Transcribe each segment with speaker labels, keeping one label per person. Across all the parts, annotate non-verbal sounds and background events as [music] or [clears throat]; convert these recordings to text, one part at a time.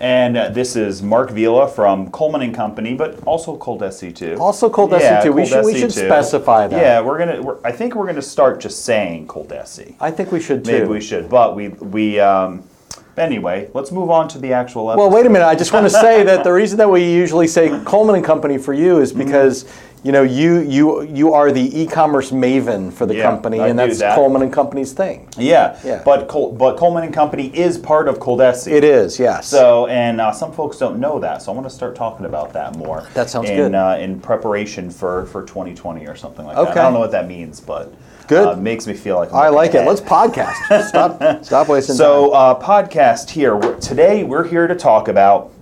Speaker 1: And uh, this is Mark Vila from Coleman and Company, but also Coldesi too.
Speaker 2: Also Coldesi too. We should- we
Speaker 1: Coldesi
Speaker 2: should specify that.
Speaker 1: Yeah, we're gonna. We're, I think we're gonna start just saying Coldesi.
Speaker 2: I think we should too.
Speaker 1: Maybe we should, but we we. Um, anyway, let's move on to the actual. Episode.
Speaker 2: Well, wait a minute. I just want to say that the reason that we usually say Coleman and Company for you is
Speaker 1: Mm-hmm.
Speaker 2: because you know you you you are the e-commerce maven for the
Speaker 1: Yeah,
Speaker 2: company,
Speaker 1: I
Speaker 2: and
Speaker 1: do
Speaker 2: that's
Speaker 1: that.
Speaker 2: Coleman and Company's thing.
Speaker 1: Yeah,
Speaker 2: Yeah.
Speaker 1: But Col- but Coleman and Company is part of Coldesi.
Speaker 2: It is, yes.
Speaker 1: So, and uh, some folks don't know that, so I want to start talking about that more.
Speaker 2: That sounds
Speaker 1: in,
Speaker 2: good.
Speaker 1: Uh, in preparation for, for 2020 or something like that.
Speaker 2: Okay.
Speaker 1: I don't know what that means, but
Speaker 2: Good.
Speaker 1: Uh, makes me feel like I'm
Speaker 2: I
Speaker 1: looking
Speaker 2: like
Speaker 1: [laughs]
Speaker 2: it.
Speaker 1: ahead.
Speaker 2: Let's podcast. Stop stop wasting
Speaker 1: [laughs] So,
Speaker 2: time.
Speaker 1: uh, podcast here. We're, today, we're here to talk about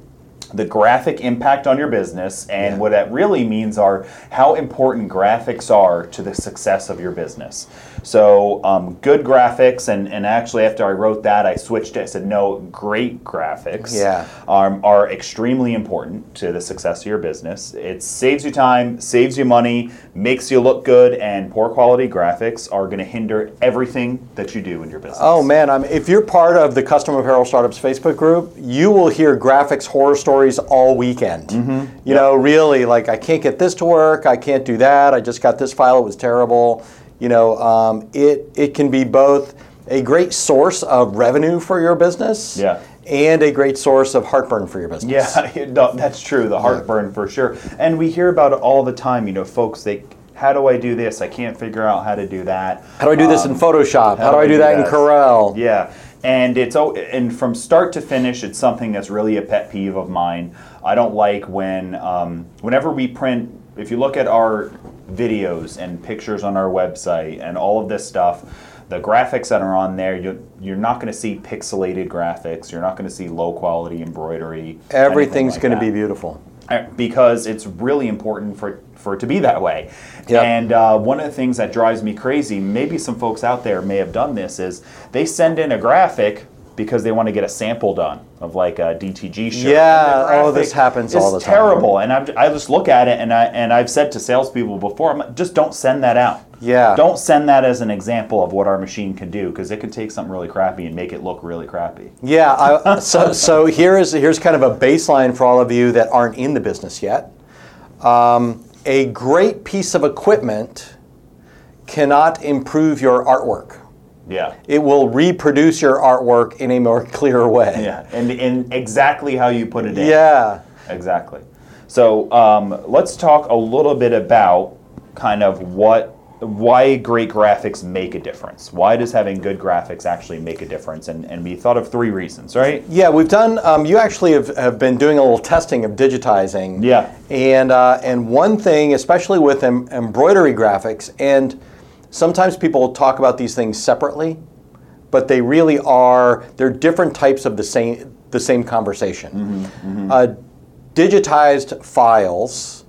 Speaker 1: the graphic impact on your business and
Speaker 2: Yeah.
Speaker 1: what that really means are how important graphics are to the success of your business. So, um, good graphics, and, and actually, after I wrote that, I switched it. I said, no, great graphics
Speaker 2: Yeah.
Speaker 1: um, are extremely important to the success of your business. It saves you time, saves you money, makes you look good, and poor quality graphics are going to hinder everything that you do in your business.
Speaker 2: Oh man, I'm, if you're part of the Custom Apparel Startups Facebook group, you will hear graphics horror stories all weekend. You know, really, like I can't get this to work, I can't do that, I just got this file, it was terrible. You know, um, it it can be both a great source of revenue for your business,
Speaker 1: Yeah.
Speaker 2: and a great source of heartburn for your business.
Speaker 1: Yeah, [laughs] no, that's true. The heartburn for sure. And we hear about it all the time. You know, folks, they, how do I do this? I can't figure out how to do that.
Speaker 2: How do I do this in Photoshop? Um, How, do I do, that, in Corel?
Speaker 1: [laughs] Yeah, and it's oh, and from start to finish, it's something that's really a pet peeve of mine. I don't like when um, whenever we print. If you look at our videos and pictures on our website and all of this stuff, the graphics that are on there, you're, you're not going to see pixelated graphics. You're not going to see low quality embroidery.
Speaker 2: Everything's
Speaker 1: going
Speaker 2: going
Speaker 1: to
Speaker 2: to be beautiful.
Speaker 1: uh, because it's really important for, for it to be that way.
Speaker 2: Yep.
Speaker 1: And uh, one of the things that drives me crazy, maybe some folks out there may have done this, is they send in a graphic because they want to get a sample done of like a DTG shirt.
Speaker 2: Yeah,
Speaker 1: And the
Speaker 2: oh,
Speaker 1: graphic
Speaker 2: this happens
Speaker 1: is
Speaker 2: all the time.
Speaker 1: terrible. And I'm, I just look at it and, I, and I've said to salespeople before, I'm like, just don't send that out.
Speaker 2: Yeah.
Speaker 1: Don't send that as an example of what our machine can do because it could take something really crappy and make it look really crappy.
Speaker 2: Yeah. I, so so here is here's kind of a baseline for all of you that aren't in the business yet. Um, a great piece of equipment cannot improve your artwork.
Speaker 1: Yeah.
Speaker 2: It will reproduce your artwork in a more [laughs] clear way.
Speaker 1: Yeah. And, and exactly how you put it in.
Speaker 2: Yeah.
Speaker 1: Exactly. So um, let's talk a little bit about kind of what why great graphics make a difference. Why does having good graphics actually make a difference? And, and we thought of three reasons, right?
Speaker 2: Yeah, we've done. Um, you actually have, have been doing a little testing of digitizing.
Speaker 1: Yeah.
Speaker 2: And uh, and one thing, especially with em- embroidery graphics, and sometimes people talk about these things separately, but they really are. They're different types of the same the same conversation. Uh, digitized files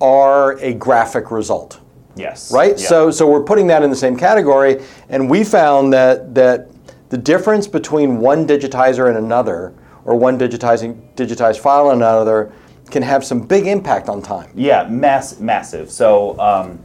Speaker 2: are a graphic result
Speaker 1: Yes.
Speaker 2: right?
Speaker 1: Yeah.
Speaker 2: So so we're putting that in the same category, and we found that that the difference between one digitizer and another, or one digitizing digitized file and another, can have some big impact on time.
Speaker 1: Yeah, mass, massive. So, um,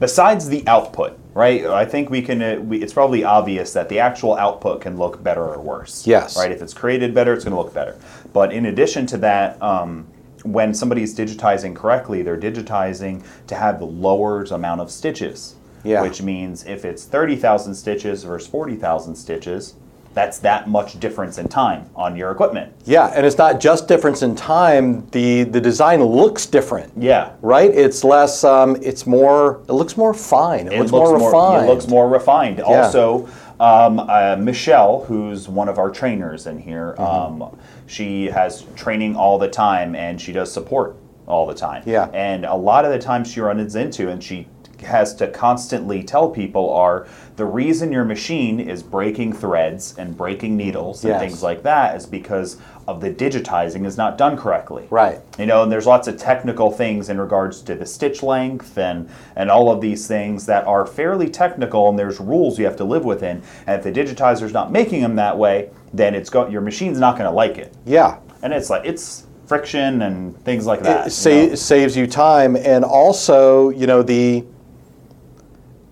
Speaker 1: besides the output, right? I think we can. Uh, we, it's probably obvious that the actual output can look better or worse.
Speaker 2: Yes.
Speaker 1: Right. If it's created better, it's going to look better. But in addition to that, um, when somebody's digitizing correctly, they're digitizing to have the lower amount of stitches.
Speaker 2: Yeah.
Speaker 1: Which means if it's thirty thousand stitches versus forty thousand stitches, that's that much difference in time on your equipment.
Speaker 2: Yeah, and it's not just difference in time. the The design looks different.
Speaker 1: Yeah.
Speaker 2: Right? It's less. Um, it's more. It looks more fine. It, looks, more refined.
Speaker 1: It looks more refined. Also, um, uh, Michelle, who's one of our trainers in here,
Speaker 2: Mm-hmm.
Speaker 1: um, she has training all the time and she does support all the time.
Speaker 2: Yeah.
Speaker 1: And a lot of the times she runs into, and she has to constantly tell people are the reason your machine is breaking threads and breaking needles and
Speaker 2: Yes.
Speaker 1: things like that is because of the digitizing is not done correctly.
Speaker 2: Right.
Speaker 1: You know, and there's lots of technical things in regards to the stitch length and and all of these things that are fairly technical and there's rules you have to live within. And if the digitizer's not making them that way, then it's go- your machine's not going to like it.
Speaker 2: Yeah.
Speaker 1: And it's like it's friction and things like that.
Speaker 2: It
Speaker 1: you
Speaker 2: sa-
Speaker 1: know?
Speaker 2: saves you time, and also, you know, the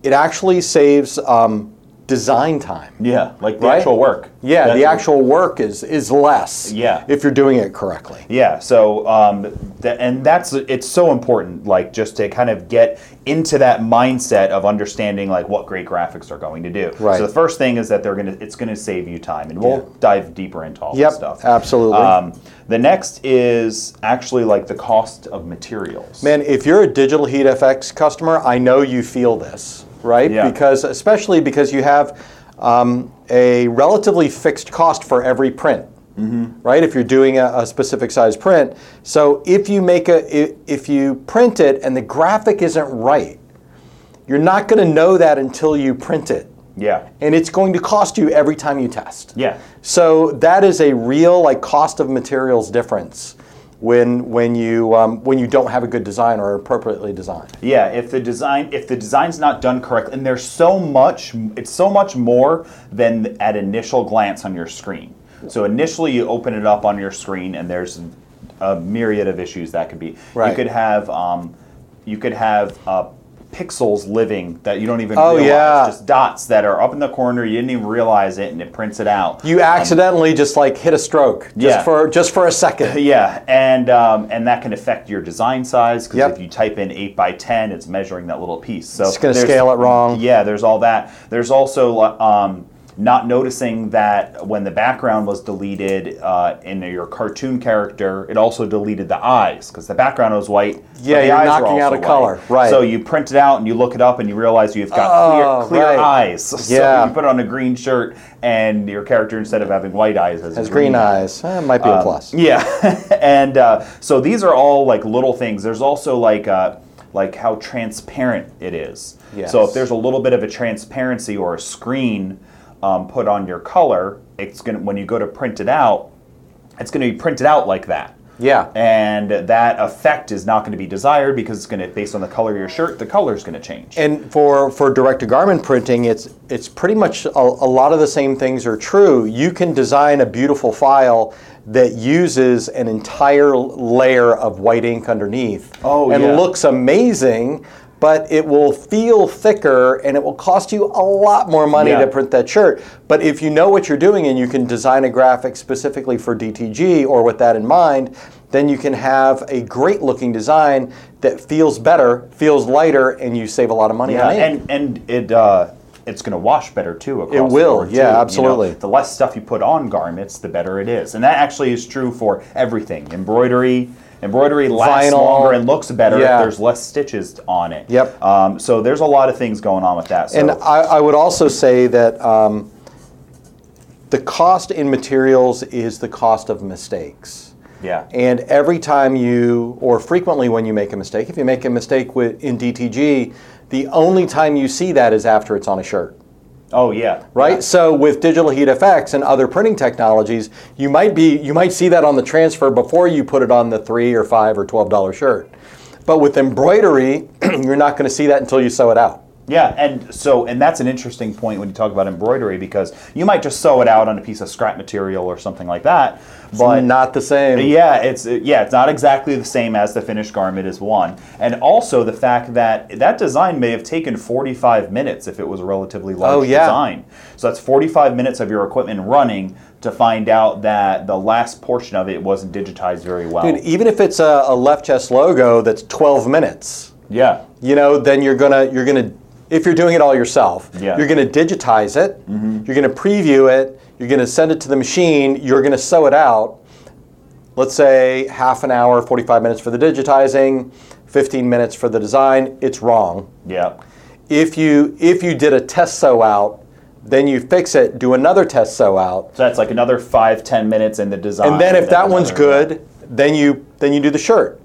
Speaker 2: it actually saves um, design time.
Speaker 1: Yeah, like the
Speaker 2: Right?
Speaker 1: actual work.
Speaker 2: Yeah,
Speaker 1: That's-
Speaker 2: the actual work is is less.
Speaker 1: Yeah.
Speaker 2: if you're doing it correctly.
Speaker 1: Yeah, so um, th- and that's it's so important, like just to kind of get into that mindset of understanding like what great graphics are going to do.
Speaker 2: Right.
Speaker 1: So the first thing is that they're gonna it's gonna save you time, and we'll
Speaker 2: Yeah.
Speaker 1: dive deeper into all
Speaker 2: Yep,
Speaker 1: this stuff.
Speaker 2: absolutely.
Speaker 1: Um, the next is actually like the cost of materials.
Speaker 2: Man, if you're a Digital Heat FX customer, I know you feel this, right?
Speaker 1: Yeah.
Speaker 2: Because especially because you have um, a relatively fixed cost for every print, right? If you're doing a, a specific size print, so if you make a i- if you print it and the graphic isn't right, you're not going to know that until you print it,
Speaker 1: Yeah.
Speaker 2: and it's going to cost you every time you test.
Speaker 1: Yeah.
Speaker 2: So that is a real like cost of materials difference when when you um, when you don't have a good design or appropriately designed.
Speaker 1: Yeah, if the design if the design's not done correctly, and there's so much, it's so much more than at initial glance on your screen. So initially, you open it up on your screen, and there's a myriad of issues that could be. You
Speaker 2: Right.
Speaker 1: could have, um, you could have uh, pixels living that you don't even
Speaker 2: Oh,
Speaker 1: realize.
Speaker 2: yeah.
Speaker 1: Just dots that are up in the corner, you didn't even realize it, and it prints it out.
Speaker 2: You accidentally just like hit a stroke just
Speaker 1: Yeah.
Speaker 2: for just for a second.
Speaker 1: [laughs] Yeah, and um, and that can affect your design size because
Speaker 2: Yep.
Speaker 1: if you type in eight by ten, it's measuring that little piece. So
Speaker 2: It's gonna
Speaker 1: there's-
Speaker 2: scale it wrong.
Speaker 1: Yeah, there's all that. There's also um, not noticing that when the background was deleted uh, in your cartoon character, it also deleted the eyes because the background was white. but
Speaker 2: Yeah,
Speaker 1: the
Speaker 2: you're
Speaker 1: eyes were
Speaker 2: knocking
Speaker 1: also
Speaker 2: out a
Speaker 1: white.
Speaker 2: color, right.
Speaker 1: So you print it out and you look it up and you realize you've got
Speaker 2: Oh,
Speaker 1: clear, clear
Speaker 2: right.
Speaker 1: eyes. [laughs] So
Speaker 2: Yeah.
Speaker 1: you put on a green shirt and your character instead of having white eyes has,
Speaker 2: Has green eyes. Eh, might
Speaker 1: Um,
Speaker 2: be a plus.
Speaker 1: [laughs] yeah, and uh, so these are all like little things. There's also like uh, like how transparent it is.
Speaker 2: Yes.
Speaker 1: So if there's a little bit of a transparency or a screen um, put on your color, it's gonna when you go to print it out, it's gonna be printed out like that.
Speaker 2: Yeah.
Speaker 1: And that effect is not going to be desired because it's going to, based on the color of your shirt, the color is going to change.
Speaker 2: And for, for direct to garment printing, it's it's pretty much a, a lot of the same things are true. You can design a beautiful file that uses an entire layer of white ink underneath
Speaker 1: Oh,
Speaker 2: and
Speaker 1: yeah.
Speaker 2: looks amazing, but it will feel thicker and it will cost you a lot more money
Speaker 1: Yeah.
Speaker 2: to print that shirt. But if you know what you're doing and you can design a graphic specifically for DTG or with that in mind, then you can have a great looking design that feels better, feels lighter, and you save a lot of money
Speaker 1: Yeah,
Speaker 2: on ink.
Speaker 1: and and it uh, it's going to wash better too. Across the
Speaker 2: will,
Speaker 1: board,
Speaker 2: yeah,
Speaker 1: too. You know,
Speaker 2: absolutely.
Speaker 1: the less stuff you put on garments, the better it is, and that actually is true for everything. Embroidery, embroidery lasts
Speaker 2: Vinyl.
Speaker 1: longer and looks better
Speaker 2: Yeah.
Speaker 1: if there's less stitches on it.
Speaker 2: Yep.
Speaker 1: Um, so there's a lot of things going on with that. So
Speaker 2: And I, I would also say that um, the cost in materials is the cost of mistakes.
Speaker 1: yeah,
Speaker 2: And every time you, or frequently when you make a mistake, if you make a mistake with, in DTG, the only time you see that is after it's on a shirt,
Speaker 1: oh yeah,
Speaker 2: right? So with digital heat effects and other printing technologies, you might be, you might see that on the transfer before you put it on the three or five or twelve dollar shirt. But with embroidery, [clears throat] you're not going to see that until you sew it out.
Speaker 1: Yeah, and so and that's an interesting point when you talk about embroidery because you might just sew it out on a piece of scrap material or something like that, but
Speaker 2: not the same.
Speaker 1: Yeah, it's uh, yeah, it's not exactly the same as the finished garment is one, and also the fact that that design may have taken 45 minutes if it was a relatively large
Speaker 2: Oh, yeah.
Speaker 1: design. So that's 45 minutes of your equipment running to find out that the last portion of it wasn't digitized very well.
Speaker 2: Dude, even if it's a, a left chest logo that's 12 minutes,
Speaker 1: yeah,
Speaker 2: you know, then you're gonna you're gonna if you're doing it all yourself,
Speaker 1: Yeah.
Speaker 2: you're gonna digitize it, you're gonna preview it, you're gonna send it to the machine, you're gonna sew it out. Let's say half an hour, 45 minutes for the digitizing, 15 minutes for the design. It's wrong.
Speaker 1: yeah,
Speaker 2: If you if you did a test sew out, then you fix it, do another test sew out,
Speaker 1: so that's like another five ten minutes in the design.
Speaker 2: and then if
Speaker 1: that's
Speaker 2: that one's
Speaker 1: another-
Speaker 2: good, then you then you do the shirt.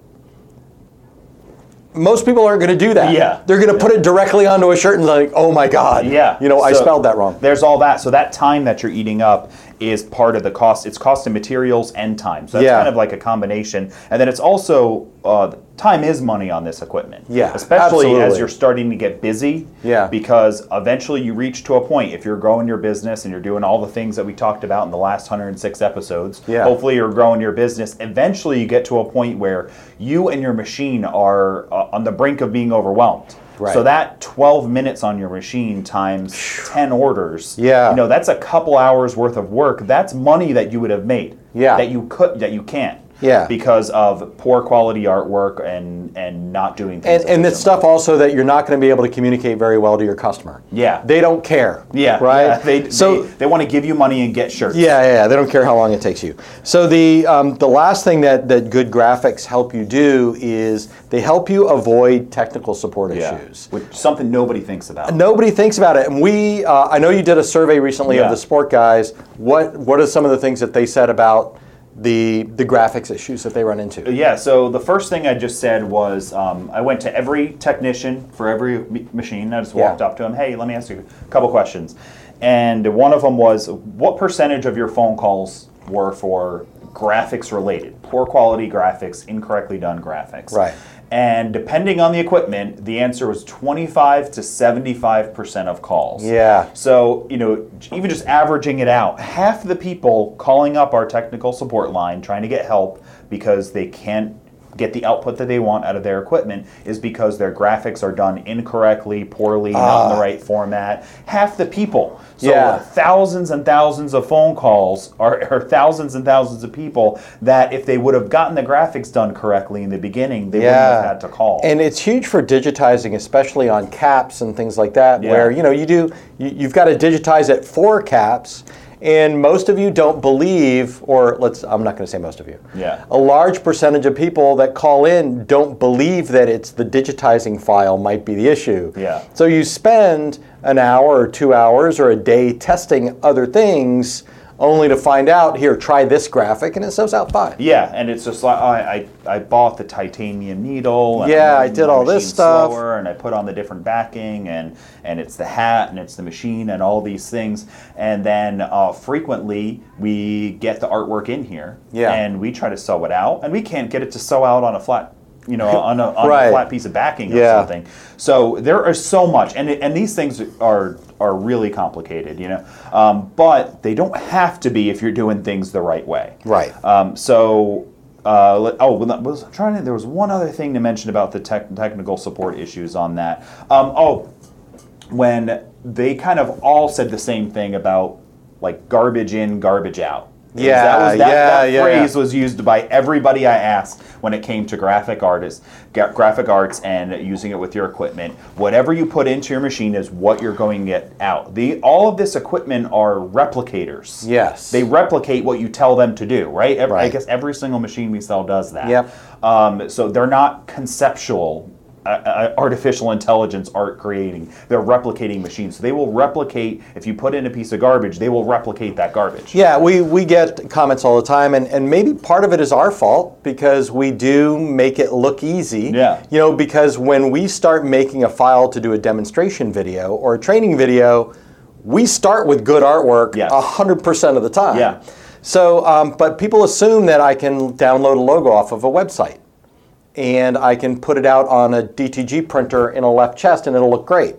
Speaker 2: most people aren't going to do that.
Speaker 1: Yeah.
Speaker 2: They're going to put it directly onto a shirt and like, oh my god.
Speaker 1: Yeah.
Speaker 2: You know, I
Speaker 1: So
Speaker 2: spelled that wrong.
Speaker 1: There's all that. So that time that you're eating up is part of the cost. It's cost of materials and time. So that's
Speaker 2: Yeah.
Speaker 1: kind of like a combination. And then it's also uh, time is money on this equipment.
Speaker 2: Yeah,
Speaker 1: Especially as
Speaker 2: absolutely.
Speaker 1: you're starting to get busy.
Speaker 2: Yeah.
Speaker 1: Because eventually you reach to a point if you're growing your business and you're doing all the things that we talked about in the last 106 episodes.
Speaker 2: Yeah.
Speaker 1: Hopefully you're growing your business. Eventually you get to a point where you and your machine are uh, on the brink of being overwhelmed.
Speaker 2: Right.
Speaker 1: So that 12 minutes on your machine times 10 orders.
Speaker 2: Yeah.
Speaker 1: You know, that's a couple hours worth of work. That's money that you would have made.
Speaker 2: Yeah.
Speaker 1: That you could that you can't.
Speaker 2: Yeah.
Speaker 1: Because of poor quality artwork and and not doing things.
Speaker 2: and, and it's
Speaker 1: efficiently.
Speaker 2: stuff also that you're not going to be able to communicate very well to your customer.
Speaker 1: Yeah.
Speaker 2: They don't care.
Speaker 1: Yeah.
Speaker 2: Right?
Speaker 1: yeah. They
Speaker 2: so
Speaker 1: they, they want to give you money and get shirts.
Speaker 2: Yeah, yeah, yeah. They don't care how long it takes you. So the um, the last thing that that good graphics help you do is they help you avoid technical support
Speaker 1: Yeah.
Speaker 2: issues.
Speaker 1: Which something nobody thinks about.
Speaker 2: Nobody thinks about it, and we. Uh, I know you did a survey recently
Speaker 1: Yeah.
Speaker 2: of the sport guys. What What are some of the things that they said about the the graphics issues that they run into?
Speaker 1: yeah, so the first thing I just said was um, I went to every technician for every m- machine. I just walked
Speaker 2: Yeah.
Speaker 1: up to him, hey, let me ask you a couple questions. And one of them was, what percentage of your phone calls were for graphics related? Poor quality graphics, incorrectly done graphics.
Speaker 2: Right.
Speaker 1: And depending on the equipment, the answer was 25 to 75% of calls.
Speaker 2: Yeah.
Speaker 1: So, you know, j- even just averaging it out, half the people calling up our technical support line trying to get help because they can't get the output that they want out of their equipment is because their graphics are done incorrectly, poorly, not in the right format. Half the people. So
Speaker 2: Yeah.
Speaker 1: thousands and thousands of phone calls or, [laughs] or thousands and thousands of people that if they would have gotten the graphics done correctly in the beginning, they wouldn't have had to call.
Speaker 2: And it's huge for digitizing, especially on caps and things like that,
Speaker 1: Yeah.
Speaker 2: where you know you do you, you've got to digitize it for caps. And most of you don't believe, or let's, I'm not going to say most of you.
Speaker 1: Yeah.
Speaker 2: A large percentage of people that call in don't believe that it's the digitizing file might be the issue.
Speaker 1: Yeah.
Speaker 2: So you spend an hour or two hours or a day testing other things only to find out here, try this graphic, and it shows out fine.
Speaker 1: Yeah, and it's just like I, I, I bought the titanium needle. And
Speaker 2: Yeah, I
Speaker 1: made
Speaker 2: did
Speaker 1: the
Speaker 2: all this
Speaker 1: machine
Speaker 2: stuff.
Speaker 1: Slower, and I put on the different backing, and and it's the hat, and it's the machine, and all these things. And then uh, frequently we get the artwork in here,
Speaker 2: Yeah.
Speaker 1: and we try to sew it out, and we can't get it to sew out on a flat, you know, on a, on a
Speaker 2: Right.
Speaker 1: flat piece of backing or
Speaker 2: Yeah.
Speaker 1: something. So there are so much, and and these things are are really complicated, you know. Um, but they don't have to be if you're doing things the right way.
Speaker 2: Right.
Speaker 1: Um, so, uh, let- oh, well, that was I'm trying to. There was one other thing to mention about the tech, technical support issues on that. Um, oh, when they kind of all said the same thing about like garbage in, garbage out.
Speaker 2: Yeah,
Speaker 1: that was that,
Speaker 2: yeah,
Speaker 1: that
Speaker 2: yeah,
Speaker 1: phrase
Speaker 2: yeah.
Speaker 1: was used by everybody I asked when it came to graphic artists, gra- graphic arts, and using it with your equipment. Whatever you put into your machine is what you're going to get out. The all of this equipment are replicators.
Speaker 2: Yes.
Speaker 1: they replicate what you tell them to do. Right. Ev- I
Speaker 2: Right.
Speaker 1: guess every single machine we sell does that.
Speaker 2: Yep.
Speaker 1: Um, so they're not conceptual. Uh, uh, artificial intelligence art creating. They're replicating machines. So they will replicate, if you put in a piece of garbage, they will replicate that garbage.
Speaker 2: Yeah, we, we get comments all the time, and, and maybe part of it is our fault because we do make it look easy.
Speaker 1: Yeah.
Speaker 2: You know, because when we start making a file to do a demonstration video or a training video, we start with good artwork
Speaker 1: Yes.
Speaker 2: 100% of the time.
Speaker 1: Yeah.
Speaker 2: So, um, but people assume that I can download a logo off of a website and I can put it out on a DTG printer in a left chest and it'll look great.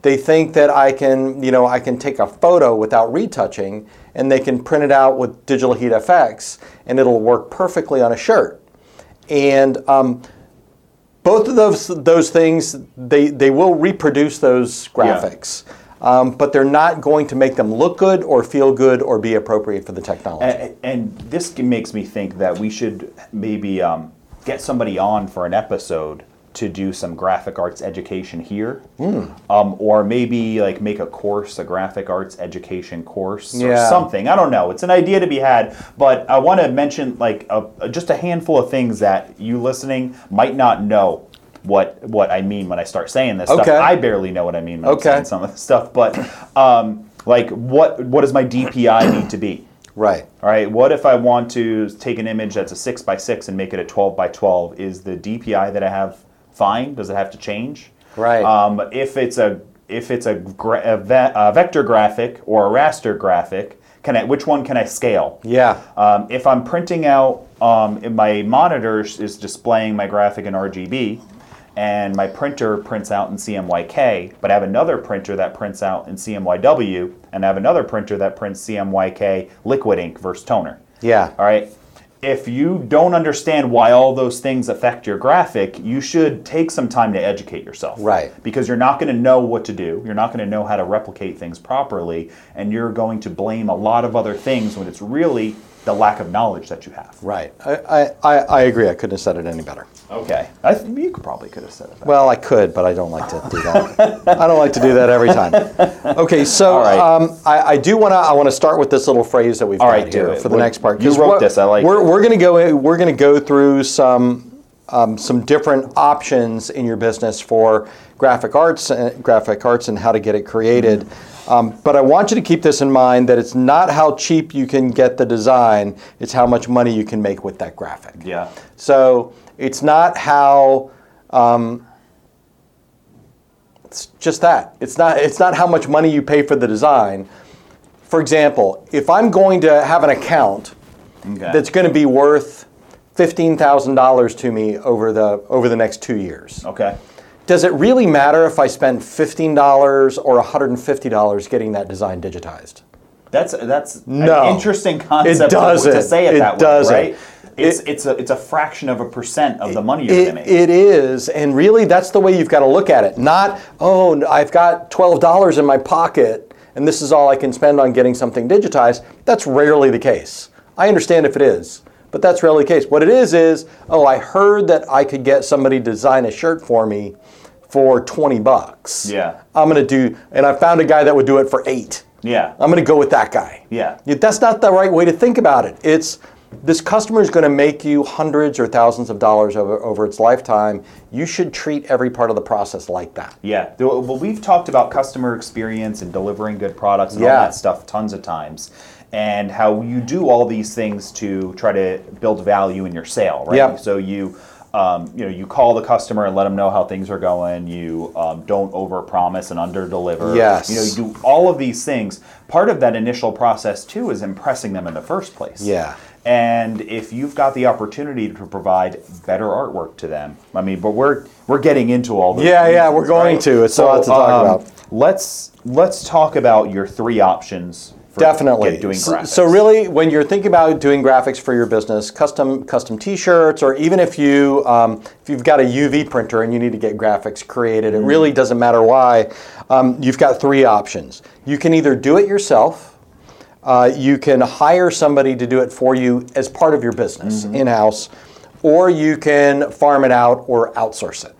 Speaker 2: They think that I can, you know, I can take a photo without retouching and they can print it out with Digital Heat FX and it'll work perfectly on a shirt. And um, both of those those things, they, they will reproduce those graphics. Um, but they're not going to make them look good or feel good or be appropriate for the technology.
Speaker 1: And, and this g- makes me think that we should maybe um, get somebody on for an episode to do some graphic arts education here,
Speaker 2: Hmm.
Speaker 1: um, or maybe like make a course, a graphic arts education course or
Speaker 2: Yeah.
Speaker 1: something. I don't know. It's an idea to be had, but I want to mention like a, a- just a handful of things that you listening might not know. What, what I mean when I start saying this
Speaker 2: Okay.
Speaker 1: stuff, I barely know what I mean when I'm
Speaker 2: Okay.
Speaker 1: saying some of this stuff. But um, like, what what does my DPI need to be?
Speaker 2: right.
Speaker 1: All right, what if I want to take an image that's a 6 by 6 and make it a 12 by 12? Is the DPI that I have fine. Does it have to change?
Speaker 2: Right.
Speaker 1: Um, if it's a if it's a, gra- a, ve- a vector graphic or a raster graphic, can I, which one can I scale?
Speaker 2: Yeah.
Speaker 1: Um, if I'm printing out, um, if my monitor is displaying my graphic in RGB, and my printer prints out in CMYK, but I have another printer that prints out in CMYW, and I have another printer that prints CMYK liquid ink versus toner.
Speaker 2: Yeah.
Speaker 1: All right. If you don't understand why all those things affect your graphic, you should take some time to educate yourself.
Speaker 2: Right.
Speaker 1: Because you're not going to know what to do. You're not going to know how to replicate things properly. And you're going to blame a lot of other things when it's really the lack of knowledge that you have.
Speaker 2: Right. I, I, I, I agree. I couldn't have said it any better.
Speaker 1: Okay. I th- you could probably could have said it. that.
Speaker 2: Well, I could, but I don't like to do that. I don't like to do that every time. Okay, so
Speaker 1: right.
Speaker 2: um, I, I do want to. I want to start with this little phrase that we've got
Speaker 1: right, do
Speaker 2: here
Speaker 1: it.
Speaker 2: for the
Speaker 1: What-
Speaker 2: next part.
Speaker 1: you
Speaker 2: 'cause
Speaker 1: wrote
Speaker 2: what-
Speaker 1: this, I like
Speaker 2: We're,
Speaker 1: it.
Speaker 2: we're going to go. in- We're going to go through some um, some different options in your business for graphic arts, and graphic arts, and how to get it created.
Speaker 1: Mm-hmm.
Speaker 2: Um, but I want you to keep this in mind that it's not how cheap you can get the design; it's how much money you can make with that graphic.
Speaker 1: Yeah.
Speaker 2: So it's not how. um, It's just that. It's not. It's not how much money you pay for the design. For example, if I'm going to have an account
Speaker 1: Okay.
Speaker 2: that's going to be worth fifteen thousand dollars to me over the over the next two years,
Speaker 1: okay.
Speaker 2: does it really matter if I spend fifteen dollars or one hundred and fifty dollars getting that design digitized?
Speaker 1: That's that's
Speaker 2: No.
Speaker 1: an interesting concept to-
Speaker 2: doesn't.
Speaker 1: To, say it,
Speaker 2: It
Speaker 1: that
Speaker 2: doesn't.
Speaker 1: way, right? It's
Speaker 2: It-
Speaker 1: it's a it's a fraction of a percent of the money you're
Speaker 2: It-
Speaker 1: gonna make.
Speaker 2: it is, and really, that's the way you've got to look at it. Not, oh, n- I've got twelve dollars in my pocket, and this is all I can spend on getting something digitized. That's rarely the case. I understand if it is, but that's rarely the case. What it is is, oh, I heard that I could get somebody to design a shirt for me for twenty bucks.
Speaker 1: Yeah.
Speaker 2: I'm gonna do, and I found a guy that would do it for eight.
Speaker 1: yeah.
Speaker 2: I'm going to go with that guy.
Speaker 1: Yeah.
Speaker 2: That's not the right way to think about it. It's this customer is going to make you hundreds or thousands of dollars over, over its lifetime. You should treat every part of the process like that.
Speaker 1: Yeah. Though- Well, we've talked about customer experience and delivering good products and all
Speaker 2: Yeah.
Speaker 1: that stuff tons of times, and how you do all these things to try to build value in your sale, right?
Speaker 2: Yep.
Speaker 1: So you. Um, you know, you call the customer and let them know how things are going. You um, don't overpromise and underdeliver.
Speaker 2: Yes.
Speaker 1: You know, you do all of these things. Part of that initial process too is impressing them in the first place.
Speaker 2: Yeah.
Speaker 1: And if you've got the opportunity to provide better artwork to them, I mean, but we're we're getting into all those.
Speaker 2: Yeah, yeah,
Speaker 1: reasons,
Speaker 2: we're going to. It's a lot to talk about.
Speaker 1: Let's let's talk about your three options. For
Speaker 2: Definitely.
Speaker 1: get- doing
Speaker 2: So-
Speaker 1: graphics.
Speaker 2: So really, when you're thinking about doing graphics for your business, custom custom T-shirts, or even if you um, if you've got a UV printer and you need to get graphics created, it
Speaker 1: Mm-hmm.
Speaker 2: really doesn't matter why. Um, you've got three options. You can either do it yourself. Uh, you can hire somebody to do it for you as part of your business
Speaker 1: Mm-hmm.
Speaker 2: in house, or you can farm it out or outsource it.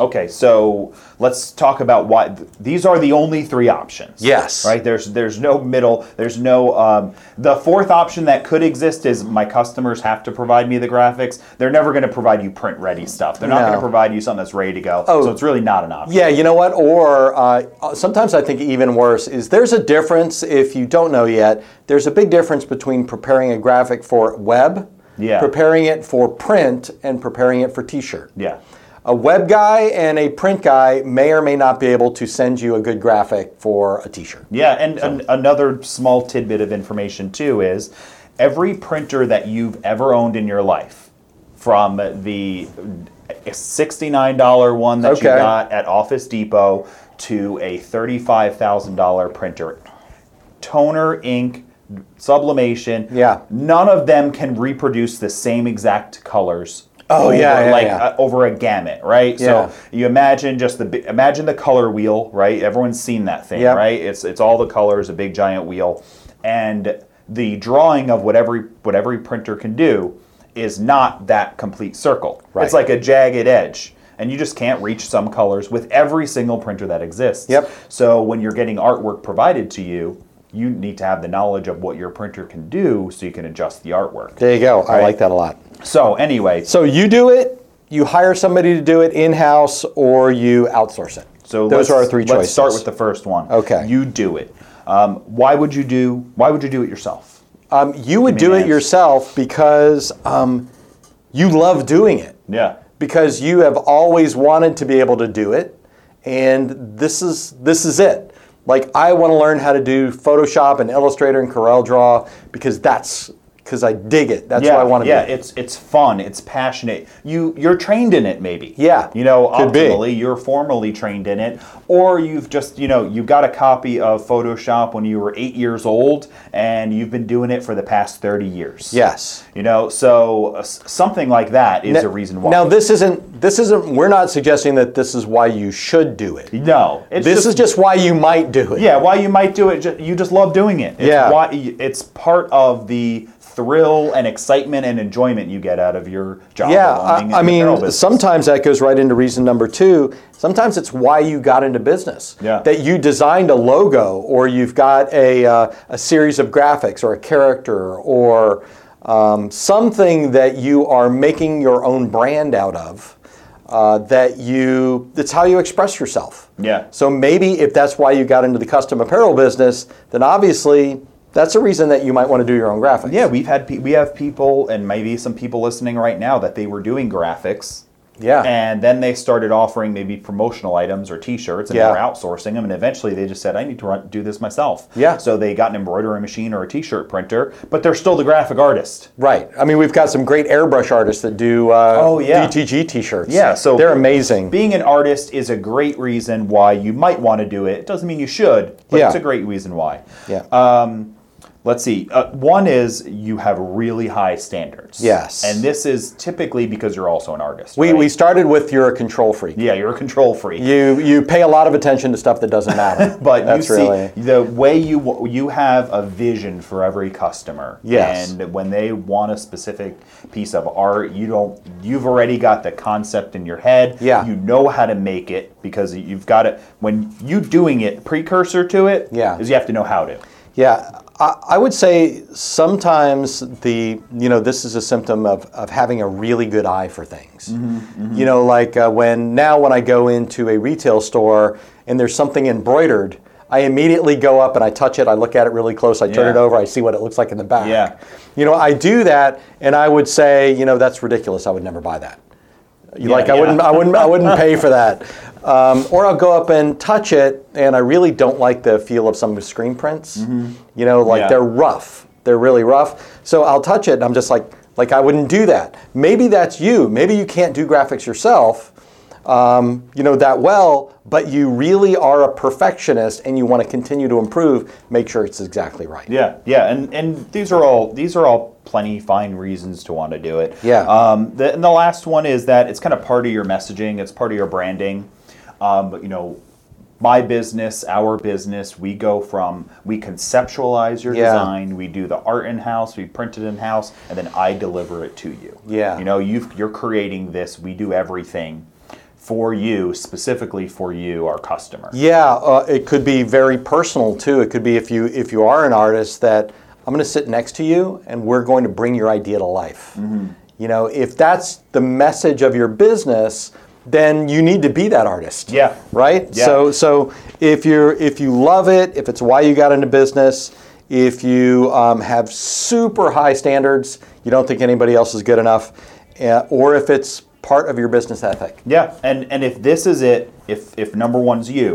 Speaker 1: Okay, so let's talk about why th- these are the only three options.
Speaker 2: Yes.
Speaker 1: Right. There's there's no middle. There's no um, the fourth option that could exist is my customers have to provide me the graphics. They're never going to provide you print ready stuff. They're not going
Speaker 2: No.
Speaker 1: to provide you something that's ready to go. Oh. So it's really not an option.
Speaker 2: Yeah, you know what? Or uh, sometimes I think even worse is there's a difference, if you don't know yet, there's a big difference between preparing a graphic for web,
Speaker 1: Yeah.
Speaker 2: preparing it for print, and preparing it for t shirt.
Speaker 1: Yeah.
Speaker 2: A web guy and a print guy may or may not be able to send you a good graphic for a t shirt.
Speaker 1: Yeah, and an, another small tidbit of information too is every printer that you've ever owned in your life, from the sixty-nine dollar one that you
Speaker 2: Okay.
Speaker 1: got at Office Depot to a thirty-five thousand dollar printer, toner, ink, sublimation.
Speaker 2: Yeah.
Speaker 1: none of them can reproduce the same exact colors.
Speaker 2: Oh,
Speaker 1: over,
Speaker 2: yeah, yeah,
Speaker 1: like
Speaker 2: yeah.
Speaker 1: uh, over a gamut, right?
Speaker 2: Yeah.
Speaker 1: So you imagine just the bi- imagine the color wheel, right? Everyone's seen that thing,
Speaker 2: Yep.
Speaker 1: right? It's it's all the colors, a big giant wheel, and the drawing of what every what every printer can do is not that complete circle.
Speaker 2: Right.
Speaker 1: It's like a jagged edge, and you just can't reach some colors with every single printer that exists.
Speaker 2: Yep.
Speaker 1: So when you're getting artwork provided to you. You need to have the knowledge of what your printer can do so you can adjust the artwork.
Speaker 2: There you go. I
Speaker 1: Right.
Speaker 2: like that a lot.
Speaker 1: So, anyway,
Speaker 2: So you do it, you hire somebody to do it in house, or you outsource it.
Speaker 1: So
Speaker 2: those
Speaker 1: let's-
Speaker 2: are our three choices.
Speaker 1: Let's start with the first one.
Speaker 2: Okay.
Speaker 1: You do it. Um, why would you do? Why would you do it yourself?
Speaker 2: Um, you would
Speaker 1: Give me
Speaker 2: do
Speaker 1: an
Speaker 2: it
Speaker 1: answer.
Speaker 2: yourself because um, you love doing it.
Speaker 1: Yeah.
Speaker 2: because you have always wanted to be able to do it, and this is this is it. Like I want to learn how to do Photoshop and Illustrator and CorelDRAW because that's because I dig it. That's
Speaker 1: yeah,
Speaker 2: what I want to
Speaker 1: yeah,
Speaker 2: be.
Speaker 1: it's it's fun, it's passionate. You you're trained in it maybe.
Speaker 2: Yeah,
Speaker 1: You know,
Speaker 2: could be.
Speaker 1: optimally you're formally trained in it or you've just, you know, you got a copy of Photoshop when you were 8 years old and you've been doing it for the past 30 years.
Speaker 2: Yes.
Speaker 1: You know, so uh, s- something like that is
Speaker 2: Now-
Speaker 1: a reason why.
Speaker 2: Now this isn't this isn't we're not suggesting that this is why you should do it.
Speaker 1: no, it's
Speaker 2: This is just why you might do it.
Speaker 1: Yeah, why you might do it, ju- you just love doing it. It's
Speaker 2: Yeah.
Speaker 1: Why, it's part of the thrill and excitement and enjoyment you get out of your job.
Speaker 2: Yeah,
Speaker 1: of owning
Speaker 2: I, I
Speaker 1: an apparel
Speaker 2: mean,
Speaker 1: business.
Speaker 2: sometimes that goes right into reason number two. Sometimes it's why you got into business.
Speaker 1: Yeah.
Speaker 2: That you designed a logo, or you've got a, uh, a series of graphics, or a character, or um, something that you are making your own brand out of. Uh, that you, that's how you express yourself.
Speaker 1: Yeah.
Speaker 2: So maybe if that's why you got into the custom apparel business, then obviously that's a reason that you might want to do your own graphics.
Speaker 1: Yeah, we've had pe- we have people and maybe some people listening right now that they were doing graphics.
Speaker 2: Yeah.
Speaker 1: And then they started offering maybe promotional items or T-shirts, and
Speaker 2: Yeah.
Speaker 1: they were outsourcing them. And eventually, they just said, "I need to run, do this myself."
Speaker 2: Yeah.
Speaker 1: So they got an embroidery machine or a T-shirt printer, but they're still the graphic artist.
Speaker 2: Right. I mean, we've got some great airbrush artists that do uh,
Speaker 1: Oh, yeah.
Speaker 2: DTG T-shirts.
Speaker 1: Yeah, so
Speaker 2: they're amazing.
Speaker 1: Being an artist is a great reason why you might want to do it. It doesn't mean you should, but
Speaker 2: Yeah.
Speaker 1: it's a great reason why.
Speaker 2: yeah.
Speaker 1: Uh, Let's see. Uh, one is you have really high standards.
Speaker 2: Yes.
Speaker 1: And this is typically because you're also an artist.
Speaker 2: we,
Speaker 1: right?
Speaker 2: we started with you're a control freak.
Speaker 1: yeah, you're a control freak.
Speaker 2: You you pay a lot of attention to stuff that doesn't matter.
Speaker 1: [laughs] but
Speaker 2: that's
Speaker 1: you see
Speaker 2: really
Speaker 1: the way you you have a vision for every customer.
Speaker 2: Yes.
Speaker 1: And when they want a specific piece of art, you don't you've already got the concept in your head.
Speaker 2: Yeah.
Speaker 1: You know how to make it because you've got it when you doing it precursor to it
Speaker 2: Yeah.
Speaker 1: is you have to know how to.
Speaker 2: yeah. I, I would say sometimes the you know this is a symptom of of having a really good eye for things.
Speaker 1: Mm-hmm,
Speaker 2: You know, like uh, when now when I go into a retail store and there's something embroidered. I immediately go up and I touch it. I look at it really close. I turn
Speaker 1: Yeah.
Speaker 2: it over. I see what it looks like in the back.
Speaker 1: Yeah.
Speaker 2: You know, I do that, and I would say, you know, that's ridiculous. I would never buy that. You-
Speaker 1: Yeah,
Speaker 2: like I
Speaker 1: yeah.
Speaker 2: wouldn't, I wouldn't, I wouldn't pay for that. Um, or I'll go up and touch it, and I really don't like the feel of some of the screen prints. You know, like
Speaker 1: Yeah.
Speaker 2: they're rough. They're really rough. So I'll touch it, and I'm just like, like I wouldn't do that. Maybe that's you. Maybe you can't do graphics yourself. Um, you know that well, but you really are a perfectionist, and you want to continue to improve. Make sure it's exactly right.
Speaker 1: Yeah, yeah, and and these are all these are all plenty fine reasons to want to do it.
Speaker 2: Yeah.
Speaker 1: Um, the, and the last one is that it's kind of part of your messaging. It's part of your branding. Um, but you know, my business, our business, we go from we conceptualize your
Speaker 2: Yeah.
Speaker 1: design, we do the art in house, we print it in house, and then I deliver it to you.
Speaker 2: Yeah.
Speaker 1: You know, you you're creating this. We do everything for you, specifically for you, our customer.
Speaker 2: Yeah, uh, it could be very personal too. It could be if you if you are an artist that I'm going to sit next to you and we're going to bring your idea to life.
Speaker 1: Mm-hmm.
Speaker 2: You know, if that's the message of your business, then you need to be that artist.
Speaker 1: Yeah.
Speaker 2: Right.
Speaker 1: Yeah.
Speaker 2: So so if you're if you love it, if it's why you got into business, if you um, have super high standards, you don't think anybody else is good enough, uh, or if it's part of your business ethic,
Speaker 1: Yeah, and and if this is it, if if number one's you,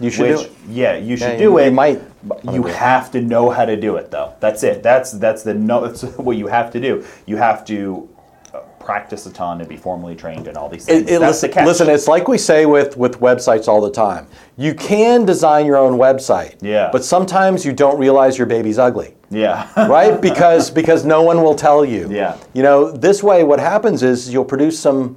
Speaker 2: you should do it.
Speaker 1: Yeah, you should
Speaker 2: Yeah,
Speaker 1: do
Speaker 2: you-
Speaker 1: it.
Speaker 2: you might
Speaker 1: but
Speaker 2: wanna
Speaker 1: You
Speaker 2: do it.
Speaker 1: have to know how to do it, though. That's it. That's that's the no. That's [laughs] what you have to do. You have to uh, practice a ton and be formally trained and all these things.
Speaker 2: It- it-
Speaker 1: that's
Speaker 2: listen,
Speaker 1: the catch.
Speaker 2: listen, it's like we say with, with websites all the time. You can design your own website,
Speaker 1: Yeah.
Speaker 2: but sometimes you don't realize your baby's ugly,
Speaker 1: yeah. [laughs]
Speaker 2: right? because because no one will tell you.
Speaker 1: Yeah.
Speaker 2: You know, this way, what happens is you'll produce some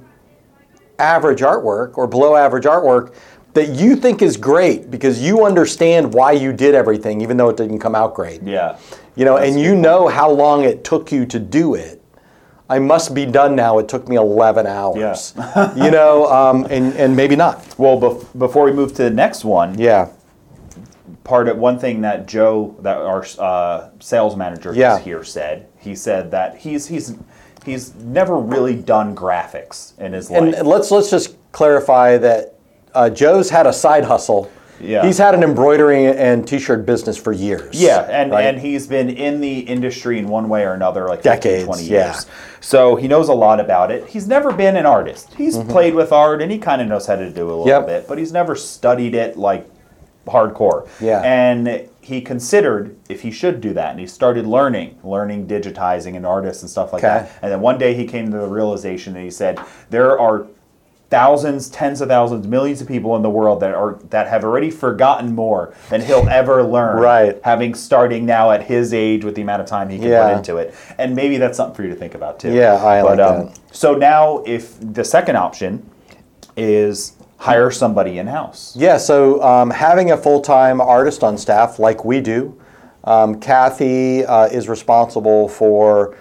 Speaker 2: average artwork or below average artwork that you think is great because you understand why you did everything, even though it didn't come out great.
Speaker 1: yeah.
Speaker 2: You know, and you know how long it took you to do it. I must be done now. It took me 11 hours. you know, um, and, and maybe not.
Speaker 1: Well, bef- before we move to the next one,
Speaker 2: Yeah.
Speaker 1: part of one thing that Joe, that our uh, sales manager
Speaker 2: Yeah.
Speaker 1: is here said, he said that he's he's he's never really done graphics in his life.
Speaker 2: And let's let's just clarify that uh, Joe's had a side hustle
Speaker 1: Yeah.
Speaker 2: He's had an embroidery and t-shirt business for years.
Speaker 1: Yeah, and,
Speaker 2: right?
Speaker 1: and he's been in the industry in one way or another, like 15,
Speaker 2: Decades,
Speaker 1: 20 years.
Speaker 2: yeah.
Speaker 1: So he knows a lot about it. He's never been an artist. He's played with art and he kind of knows how to do a little
Speaker 2: Mm-hmm. Yep.
Speaker 1: bit, but he's never studied it like hardcore.
Speaker 2: Yeah.
Speaker 1: And he considered if he should do that, and he started learning, learning digitizing and artists and stuff like
Speaker 2: Okay.
Speaker 1: that. And then one day he came to the realization that he said, there are thousands, tens of thousands, millions of people in the world that are that have already forgotten more than he'll ever learn.
Speaker 2: Right.
Speaker 1: Having starting now at his age with the amount of time he can
Speaker 2: Yeah.
Speaker 1: put into it, and maybe that's something for you to think about too. um,
Speaker 2: Yeah, I like that.
Speaker 1: So now, if the second option is hire somebody in house.
Speaker 2: Yeah, so um, having a full time artist on staff like we do, um, Kathy uh, is responsible for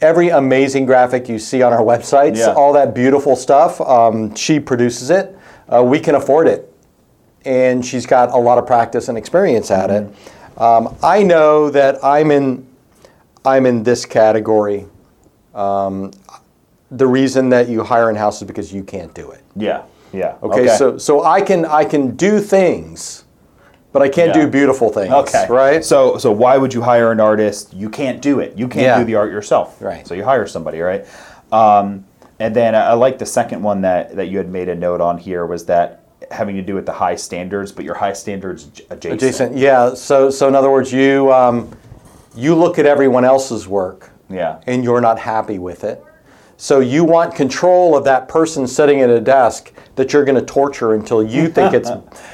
Speaker 2: every amazing graphic you see on our [laughs] websites,
Speaker 1: Yeah.
Speaker 2: all that beautiful stuff. Um, she produces it, uh, we can afford it, and she's got a lot of practice and experience at it. Um, I know that I'm in, I'm in this category. Um, the reason that you hire in house is because you can't do it.
Speaker 1: Yeah. Yeah.
Speaker 2: Okay, so so I can I can do things, but I can't
Speaker 1: Yeah.
Speaker 2: do beautiful things.
Speaker 1: Okay.
Speaker 2: Right.
Speaker 1: So so why would you hire an artist? You can't do it. You can't
Speaker 2: Yeah.
Speaker 1: do the art yourself.
Speaker 2: Right.
Speaker 1: So you hire somebody, right? Um, and then I I like the second one that that you had made a note on here was that having to do with the high standards, but your high standards j- adjacent.
Speaker 2: Jason. Yeah. So so in other words, you um, you look at everyone else's work,
Speaker 1: Yeah.
Speaker 2: and you're not happy with it. So you want control of that person sitting at a desk that you're going to torture until you think
Speaker 1: [laughs]
Speaker 2: it's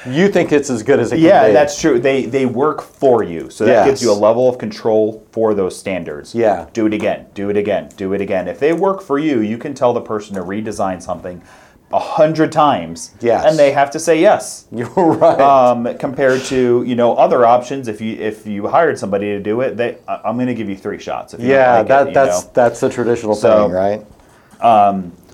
Speaker 2: you think it's as good as it
Speaker 1: yeah,
Speaker 2: can be.
Speaker 1: that's true. They they work for you, so that gives
Speaker 2: Yes.
Speaker 1: you a level of control for those standards.
Speaker 2: Yeah.
Speaker 1: Do it again. Do it again. Do it again. If they work for you, you can tell the person to redesign something a hundred times.
Speaker 2: Yes.
Speaker 1: And they have to say yes.
Speaker 2: [laughs] you're right.
Speaker 1: um, compared to you know other options. If you if you hired somebody to do it, they I- I'm going to give you three shots. If you don't
Speaker 2: yeah,
Speaker 1: like it,
Speaker 2: that
Speaker 1: you
Speaker 2: that's
Speaker 1: know.
Speaker 2: that's the traditional
Speaker 1: So-
Speaker 2: thing, right?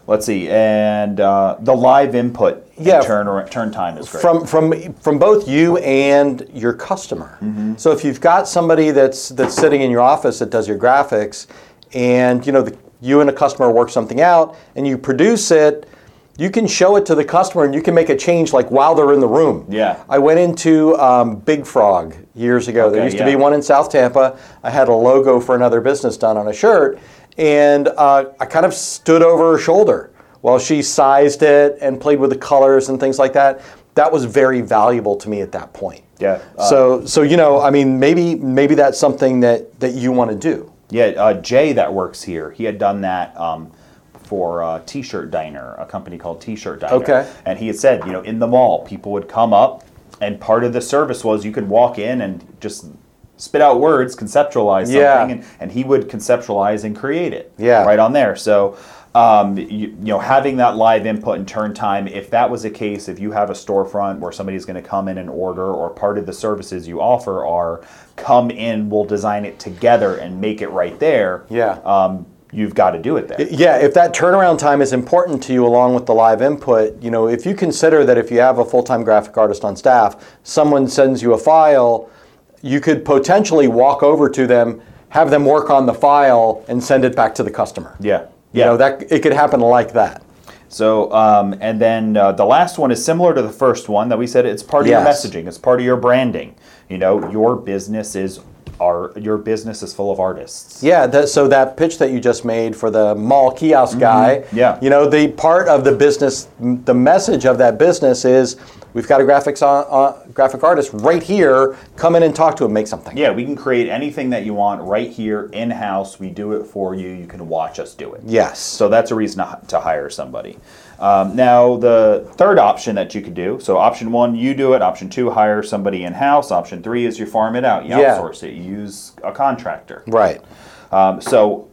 Speaker 1: Let's see, and uh, the live input and
Speaker 2: Yeah.
Speaker 1: turn ar- turn time is great.
Speaker 2: from from from both you and your customer.
Speaker 1: Mm-hmm.
Speaker 2: So if you've got somebody that's that's sitting in your office that does your graphics, and you know the, you and a customer work something out, and you produce it, you can show it to the customer, and you can make a change like while they're in the room.
Speaker 1: Yeah.
Speaker 2: I went into um, Big Frog years ago. there
Speaker 1: Okay,
Speaker 2: used to
Speaker 1: yeah.
Speaker 2: be one in South Tampa. I had a logo for another business done on a shirt, and uh, I kind of stood over her shoulder while she sized it and played with the colors and things like that. That was very valuable to me at that point.
Speaker 1: Yeah, uh,
Speaker 2: so, so you know, I mean, maybe maybe that's something that that you want to do.
Speaker 1: Yeah, uh, Jay that works here, he had done that um, for uh, T-shirt Diner, a company called T-shirt Diner.
Speaker 2: Okay.
Speaker 1: And he had said, you know, in the mall, people would come up, and part of the service was you could walk in and just spit out words, conceptualize something,
Speaker 2: Yeah.
Speaker 1: and, and he would conceptualize and create it.
Speaker 2: Yeah.
Speaker 1: Right on there. So. Um, you, you know, having that live input and turn time, if that was the case, if you have a storefront where somebody's going to come in and order, or part of the services you offer are come in, we'll design it together and make it right there,
Speaker 2: Yeah.
Speaker 1: um, you've got to do it there.
Speaker 2: Yeah, if that turnaround time is important to you along with the live input, you know, if you consider that if you have a full-time graphic artist on staff, someone sends you a file, you could potentially walk over to them, have them work on the file and send it back to the customer.
Speaker 1: yeah.
Speaker 2: You know, that it could happen like that.
Speaker 1: So, um, and then uh, the last one is similar to the first one that we said. It's part of
Speaker 2: Yes.
Speaker 1: your messaging. It's part of your branding. You know, your business is our your business is full of artists.
Speaker 2: Yeah, that, so that pitch that you just made for the mall kiosk guy,
Speaker 1: yeah.
Speaker 2: you know, the part of the business, the message of that business is we've got a graphics on, uh, graphic artist right here, come in and talk to him, make something.
Speaker 1: Yeah, we can create anything that you want right here in house. We do it for you. You can watch us do it.
Speaker 2: Yes.
Speaker 1: So that's a reason to h- to hire somebody. Um, now, the third option that you could do so, option one, you do it. Option two, hire somebody in house. Option three is you farm it out, you
Speaker 2: Yeah.
Speaker 1: outsource it, you use a contractor.
Speaker 2: Right.
Speaker 1: Um, so,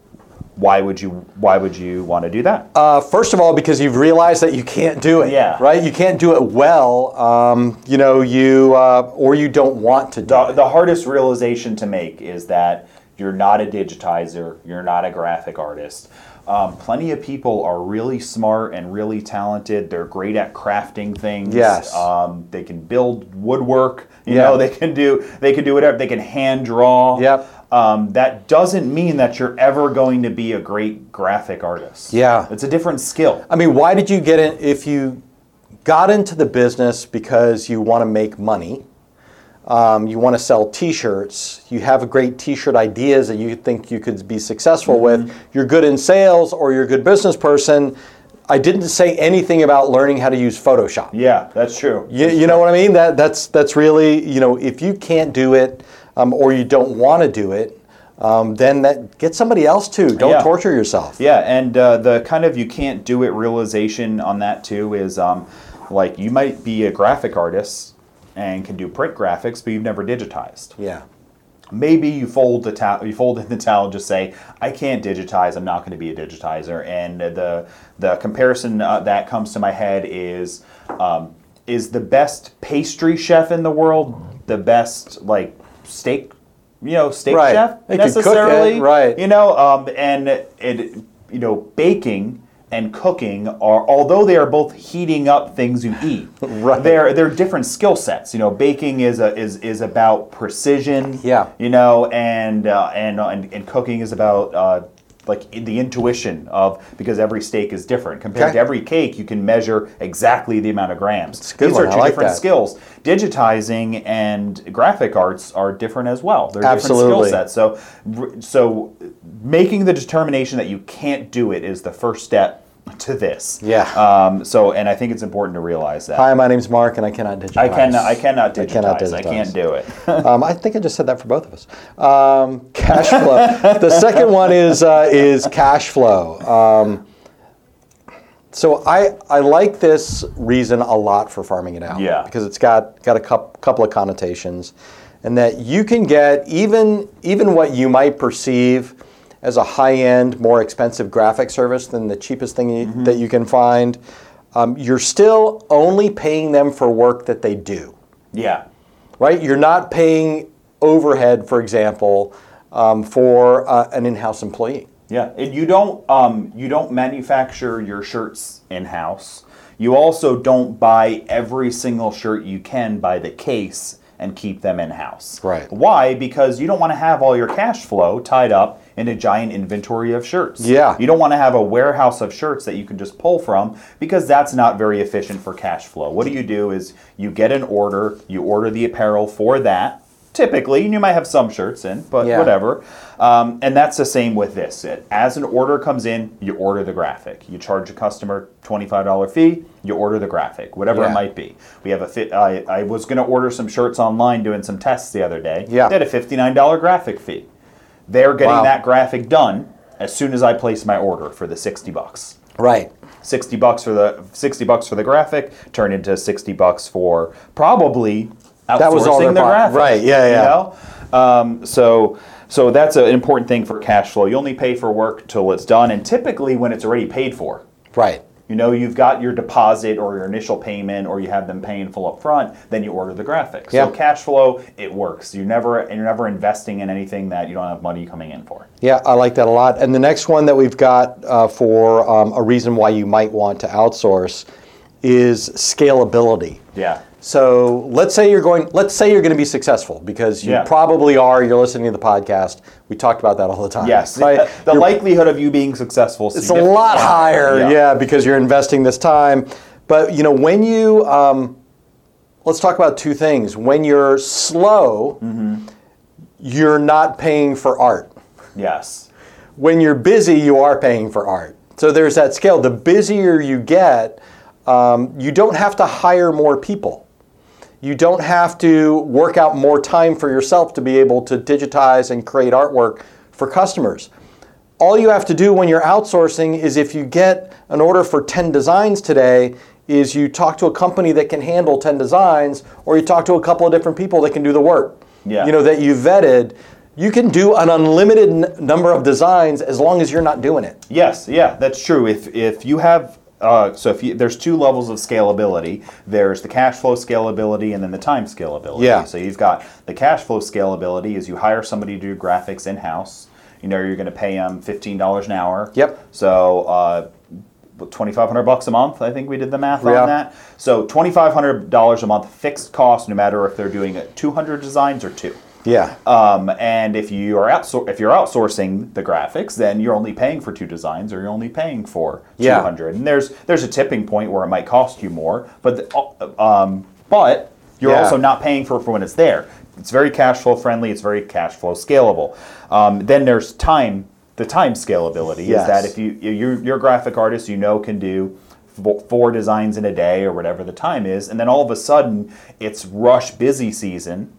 Speaker 1: why would you why would you want to do that?
Speaker 2: Uh, first of all, because you've realized that you can't do it.
Speaker 1: Yeah.
Speaker 2: Right. You can't do it well. Um, you know, you uh, or you don't want to do.
Speaker 1: the, the hardest realization to make is that you're not a digitizer, you're not a graphic artist. Um, plenty of people are really smart and really talented. They're great at crafting things.
Speaker 2: Yes.
Speaker 1: Um, they can build woodwork. You
Speaker 2: Yeah.
Speaker 1: know, they can do they can do whatever. They can hand draw.
Speaker 2: Yep.
Speaker 1: Um, that doesn't mean that you're ever going to be a great graphic artist.
Speaker 2: Yeah.
Speaker 1: It's a different skill.
Speaker 2: I mean, why did you get in? If you got into the business because you want to make money. Um, you want to sell T-shirts. You have great T-shirt ideas that you think you could be successful with. You're good in sales, or you're a good business person. I didn't say anything about learning how to use Photoshop.
Speaker 1: Yeah, that's true.
Speaker 2: You, you know what I mean? That that's that's really you know if you can't do it um, or you don't want to do it, um, then that get somebody else to. Don't
Speaker 1: Yeah.
Speaker 2: torture yourself.
Speaker 1: Yeah, and uh, the kind of you can't do it realization on that too is um, like you might be a graphic artist and can do print graphics, but you've never digitized.
Speaker 2: Yeah.
Speaker 1: Maybe you fold the towel, you fold in the towel, and just say, "I can't digitize. I'm not going to be a digitizer." And the the comparison uh, that comes to my head is um, is the best pastry chef in the world the best like steak you know steak
Speaker 2: Right.
Speaker 1: chef
Speaker 2: They could cook it,
Speaker 1: necessarily
Speaker 2: right.
Speaker 1: you know um, and it you know baking and cooking are although they are both heating up things you eat
Speaker 2: [laughs] Right.
Speaker 1: they're they're different skill sets you know baking is a is is about precision
Speaker 2: Yeah.
Speaker 1: you know and uh, and, and and cooking is about uh, like in- the intuition of because every steak is different compared
Speaker 2: Okay.
Speaker 1: to every cake you can measure exactly the amount of grams
Speaker 2: a good
Speaker 1: these
Speaker 2: one.
Speaker 1: are
Speaker 2: I
Speaker 1: two
Speaker 2: like
Speaker 1: different
Speaker 2: that.
Speaker 1: skills digitizing and graphic arts are different as well they're
Speaker 2: Absolutely.
Speaker 1: different skill sets so so making the determination that you can't do it is the first step to this
Speaker 2: Yeah.
Speaker 1: um, so and i think it's important to realize that
Speaker 2: Hi, my name's Mark, and I cannot digitize.
Speaker 1: I cannot. I cannot digitize.
Speaker 2: I
Speaker 1: I,
Speaker 2: cannot digitize.
Speaker 1: can't do it.
Speaker 2: [laughs]
Speaker 1: [laughs]
Speaker 2: um, I think I just said that for both of us. Um, cash flow. the second one is uh, is cash flow. Um, so I I like this reason a lot for farming it out.
Speaker 1: Yeah.
Speaker 2: Because it's got got a coup- couple of connotations, and that you can get even even what you might perceive as a high end, more expensive graphic service than the cheapest thing you, that you can find. Um, you're still only paying them for work that they do
Speaker 1: yeah.
Speaker 2: right? You're not paying overhead, for example, um, for uh, an in-house employee.
Speaker 1: Yeah. And you don't. Um, you don't manufacture your shirts in house. You also don't buy every single shirt you can by the case and keep them in house.
Speaker 2: Right.
Speaker 1: Why? Because you don't want to have all your cash flow tied up in a giant inventory of shirts.
Speaker 2: Yeah.
Speaker 1: You don't want to have a warehouse of shirts that you can just pull from because that's not very efficient for cash flow. What do you do is you get an order, you order the apparel for that. Typically, and you might have some shirts in, but
Speaker 2: Yeah.
Speaker 1: whatever. Um, and that's the same with this. It- As an order comes in, you order the graphic. You charge a customer $25 fee, you order the graphic, whatever
Speaker 2: Yeah.
Speaker 1: it might be. We have a fit. I, I was going to order some shirts online doing some tests the other day.
Speaker 2: Yeah.
Speaker 1: They had a $59 graphic fee. They're getting
Speaker 2: Wow.
Speaker 1: that graphic done as soon as I place my order for the 60 bucks.
Speaker 2: Right.
Speaker 1: 60 bucks for the 60 bucks for the graphic turned into 60 bucks for probably outsourcing
Speaker 2: was all
Speaker 1: the
Speaker 2: their buy-
Speaker 1: graphic.
Speaker 2: right, yeah, yeah.
Speaker 1: You know? Um, so so that's an important thing for cash flow. You only pay for work till it's done and typically when it's already paid for.
Speaker 2: Right.
Speaker 1: You know, you've got your deposit or your initial payment, or you have them paying full up front. Then you order the graphic.
Speaker 2: Yeah.
Speaker 1: So cash flow, it works. You never, you're never investing in anything that you don't have money coming in for.
Speaker 2: Yeah, I like that a lot. And the next one that we've got uh, for um, a reason why you might want to outsource is scalability.
Speaker 1: Yeah.
Speaker 2: So let's say you're going. Let's say you're going to be successful because you
Speaker 1: Yeah.
Speaker 2: probably are. You're listening to the podcast. We talked about that all the time.
Speaker 1: Yes.
Speaker 2: Right?
Speaker 1: The, [laughs] the
Speaker 2: You're
Speaker 1: likelihood of you being successful is
Speaker 2: it's a lot higher, yeah. because you're investing this time. But you know, when you um, let's talk about two things. When you're slow, you're not paying for art.
Speaker 1: Yes.
Speaker 2: When you're busy, you are paying for art. So there's that scale. The busier you get, um, you don't have to hire more people. You don't have to work out more time for yourself to be able to digitize and create artwork for customers. All you have to do when you're outsourcing is if you get an order for 10 designs today, is you talk to a company that can handle 10 designs, or you talk to a couple of different people that can do the work.
Speaker 1: Yeah.
Speaker 2: You know, that you vetted, you can do an unlimited n- number of designs as long as you're not doing it.
Speaker 1: Yes, yeah, that's true. If if you have uh, so if you, there's two levels of scalability. There's the cash flow scalability and then the time scalability.
Speaker 2: Yeah.
Speaker 1: So you've got the cash flow scalability is you hire somebody to do graphics in house. You know you're going to pay them fifteen dollars an hour.
Speaker 2: Yep.
Speaker 1: So uh, twenty five hundred bucks a month. I think we did the math
Speaker 2: Yeah.
Speaker 1: on that. So twenty five hundred dollars a month fixed cost, no matter if they're doing two hundred designs or two.
Speaker 2: Yeah.
Speaker 1: Um, and if you are outsour- if you're outsourcing the graphics, then you're only paying for two designs, or you're only paying for
Speaker 2: Yeah.
Speaker 1: 200. And there's there's a tipping point where it might cost you more, but the, um, but you're
Speaker 2: Yeah.
Speaker 1: also not paying for it for when it's there. It's very cash flow friendly. It's very cash flow scalable. Um, then there's time. The time scalability
Speaker 2: Yes.
Speaker 1: is that if you you're, you're a graphic artist, you know can do fo- four designs in a day or whatever the time is, and then all of a sudden it's rush busy season,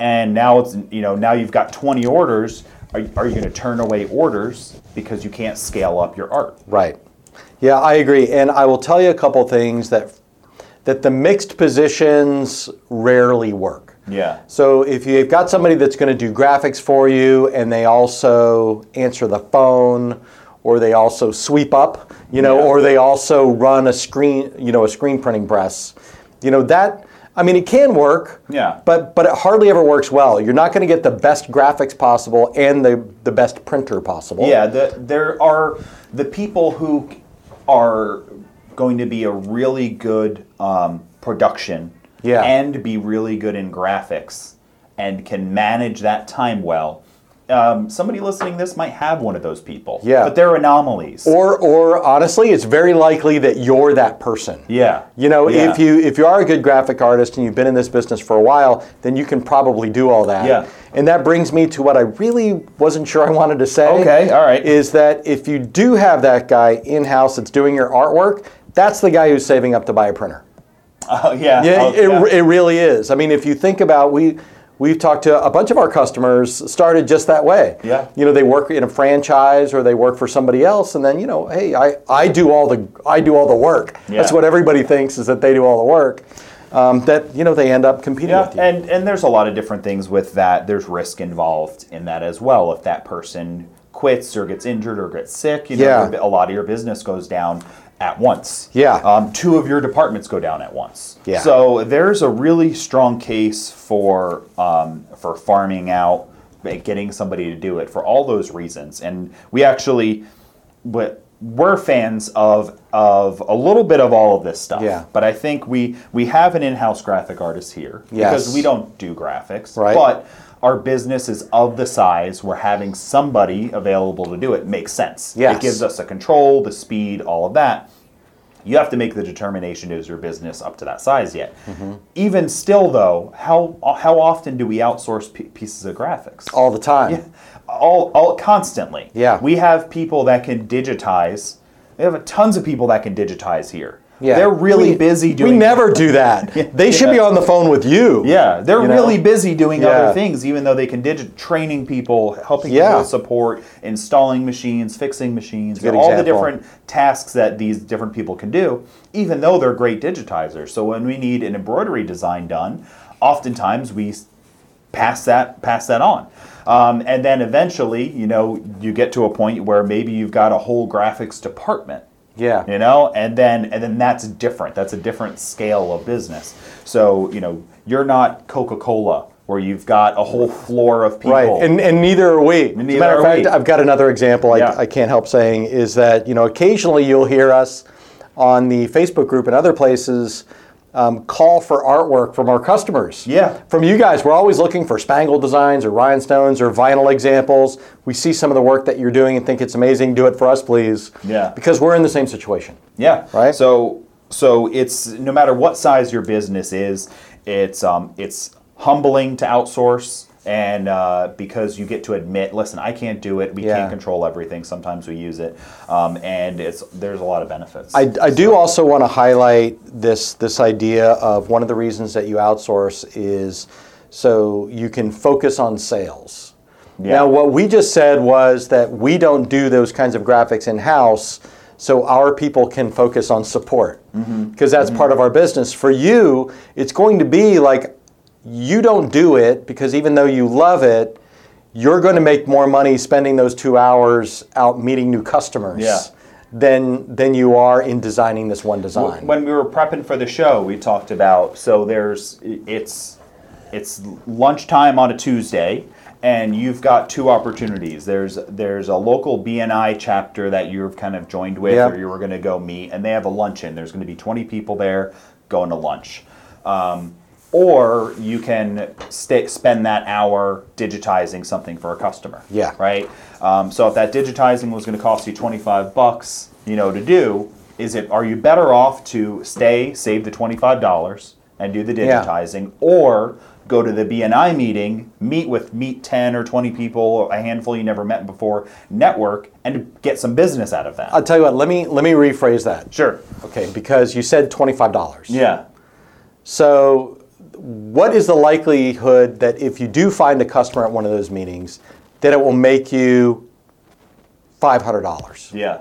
Speaker 1: and now it's you know now you've got 20 orders. Are, are you going to turn away orders because you can't scale up your art?
Speaker 2: Right. Yeah, I agree. And I will tell you a couple things that that the mixed positions rarely work.
Speaker 1: Yeah.
Speaker 2: So if you've got somebody that's going to do graphics for you and they also answer the phone or they also sweep up, you know,
Speaker 1: Yeah.
Speaker 2: or they also run a screen, you know, a screen printing press. You know, that I mean it can work.
Speaker 1: Yeah.
Speaker 2: But but it hardly ever works well. You're not going to get the best graphics possible and the the best printer possible.
Speaker 1: Yeah, the, there are the people who are going to be a really good um, production
Speaker 2: Yeah.
Speaker 1: and be really good in graphics and can manage that time well. Um, somebody listening to this might have one of those people.
Speaker 2: Yeah.
Speaker 1: But they're anomalies.
Speaker 2: or or honestly it's very likely that you're that person
Speaker 1: yeah.
Speaker 2: you know
Speaker 1: Yeah.
Speaker 2: if you if you are a good graphic artist and you've been in this business for a while then you can probably do all that
Speaker 1: Yeah.
Speaker 2: and that brings me to what i really wasn't sure i wanted to say
Speaker 1: Okay, all right.
Speaker 2: is that if you do have that guy in-house that's doing your artwork that's the guy who's saving up to buy a printer
Speaker 1: [laughs] Oh, yeah.
Speaker 2: yeah,
Speaker 1: Oh,
Speaker 2: it, it really is. I mean, if you think about we we've talked to a bunch of our customers started just that way.
Speaker 1: Yeah.
Speaker 2: You know, they work in a franchise or they work for somebody else and then, you know, hey, I, I do all the I do all the work. That's
Speaker 1: Yeah.
Speaker 2: what everybody thinks is that they do all the work. Um, that you know they end up competing
Speaker 1: Yeah,
Speaker 2: with you.
Speaker 1: and and there's a lot of different things with that. There's risk involved in that as well. If that person quits or gets injured or gets sick, you know,
Speaker 2: Yeah.
Speaker 1: your- a lot of your business goes down at once.
Speaker 2: Yeah.
Speaker 1: Um, two of your departments go down at once.
Speaker 2: Yeah.
Speaker 1: So there's a really strong case for um, for farming out, eh, getting somebody to do it for all those reasons. And we actually, but we're fans of of a little bit of all of this stuff.
Speaker 2: Yeah.
Speaker 1: But I think we we have an in-house graphic artist here
Speaker 2: Yes.
Speaker 1: because we don't do graphics.
Speaker 2: Right.
Speaker 1: But our business is of the size where having somebody available to do it makes sense.
Speaker 2: Yes.
Speaker 1: It gives us the control, the speed, all of that. You have to make the determination is your business up to that size yet.
Speaker 2: Mm-hmm.
Speaker 1: Even still, though, how how often do we outsource p- pieces of graphics?
Speaker 2: all the time.
Speaker 1: Yeah, all, all constantly.
Speaker 2: Yeah.
Speaker 1: we have people that can digitize. We have tons of people that can digitize here.
Speaker 2: Yeah.
Speaker 1: they're really
Speaker 2: We-
Speaker 1: busy doing.
Speaker 2: We never do
Speaker 1: [laughs]
Speaker 2: that. They should be on the phone with you.
Speaker 1: Yeah, they're
Speaker 2: you know?
Speaker 1: really busy doing
Speaker 2: Yeah.
Speaker 1: other things, even though they can digit training people, helping
Speaker 2: Yeah.
Speaker 1: people with support, installing machines, fixing machines,
Speaker 2: a good
Speaker 1: all the
Speaker 2: example.
Speaker 1: different tasks that these different people can do, even though they're great digitizers. So when we need an embroidery design done, oftentimes we s- pass that pass that on. Um, and then eventually, you know, you get to a point where maybe you've got a whole graphics department
Speaker 2: Yeah.
Speaker 1: you know and then and then that's different that's a different scale of business so you know you're not coca-cola where you've got a whole floor of people
Speaker 2: Right, and, and neither are we. As a
Speaker 1: neither
Speaker 2: matter of
Speaker 1: are
Speaker 2: fact,
Speaker 1: we.
Speaker 2: I've got another example I,
Speaker 1: Yeah.
Speaker 2: I can't help saying is that, you know, occasionally you'll hear us on the Facebook group and other places um, call for artwork from our customers.
Speaker 1: Yeah.
Speaker 2: From you guys. We're always looking for spangle designs or rhinestones or vinyl examples. We see some of the work that you're doing and think it's amazing. Do it for us, please.
Speaker 1: Yeah.
Speaker 2: Because we're in the same situation.
Speaker 1: yeah
Speaker 2: Right.
Speaker 1: so so it's no matter what size your business is it's um it's humbling to outsource and uh, because you get to admit listen i can't do it we
Speaker 2: Yeah.
Speaker 1: can't control everything sometimes we use it um, and it's there's a lot of benefits
Speaker 2: I, I do also want to highlight this this idea of one of the reasons that you outsource is so you can focus on sales. Now, what we just said was that we don't do those kinds of graphics in house, so our people can focus on support because that's part of our business. For you, it's going to be like you don't do it because even though you love it, you're going to make more money spending those two hours out meeting new customers
Speaker 1: Yeah.
Speaker 2: than than you are in designing this one design.
Speaker 1: When we were prepping for the show, we talked about so there's it's it's lunchtime on a Tuesday, and you've got two opportunities. There's there's a local BNI chapter that you've kind of joined with,
Speaker 2: Yep.
Speaker 1: or you were going to go meet, and they have a luncheon. There's going to be 20 people there going to lunch. Um, or you can sta spend that hour digitizing something for a customer.
Speaker 2: Yeah.
Speaker 1: Right. Um, so if that digitizing was going to cost you twenty five bucks, you know, to do, is it are you better off to stay, save the twenty five dollars, and do the
Speaker 2: Yeah.
Speaker 1: digitizing, or go to the BNI meeting, meet with meet ten or twenty people, a handful you never met before, network, and get some business out of that.
Speaker 2: I'll tell you what. Let me let me rephrase that.
Speaker 1: sure.
Speaker 2: Okay, because you said twenty-five dollars.
Speaker 1: Yeah.
Speaker 2: So, what is the likelihood that if you do find a customer at one of those meetings, that it will make you five hundred dollars?
Speaker 1: Yeah.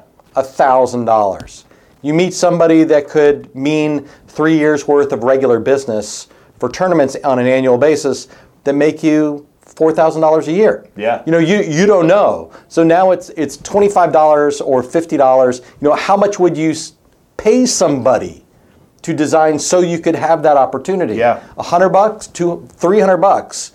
Speaker 2: thousand dollars. You meet somebody that could mean three years worth of regular business for tournaments on an annual basis that make you four thousand dollars a year.
Speaker 1: Yeah.
Speaker 2: You know, you you don't know. So now it's it's twenty five dollars or fifty dollars. You know, how much would you s- pay somebody to design so you could have that opportunity?
Speaker 1: Yeah.
Speaker 2: A hundred bucks, two, three hundred bucks,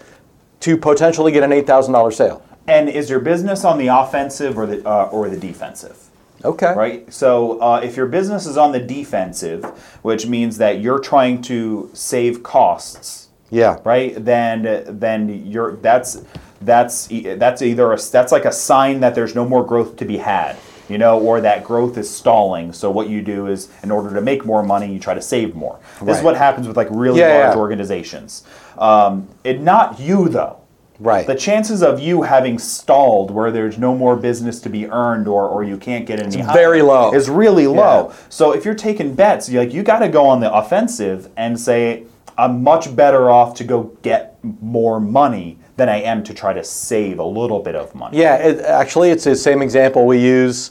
Speaker 2: to potentially get an eight thousand dollar sale.
Speaker 1: And is your business on the offensive or the uh, or the defensive?
Speaker 2: Okay.
Speaker 1: Right. So uh, if your business is on the defensive, which means that you're trying to save costs,
Speaker 2: Yeah.
Speaker 1: right? Then then you're that's that's e- that's either a, that's like a sign that there's no more growth to be had, you know, or that growth is stalling. So what you do is, in order to make more money, you try to save more. This is
Speaker 2: Right.
Speaker 1: what happens with like really
Speaker 2: Yeah,
Speaker 1: large
Speaker 2: yeah.
Speaker 1: organizations. Um, it not you though.
Speaker 2: Right.
Speaker 1: The chances of you having stalled where there's no more business to be earned or, or you can't get any higher
Speaker 2: very low.
Speaker 1: is really low. So if you're taking bets, you like you got to go on the offensive and say I'm much better off to go get more money than I am to try to save a little bit of money.
Speaker 2: Yeah, it, actually, it's the same example we use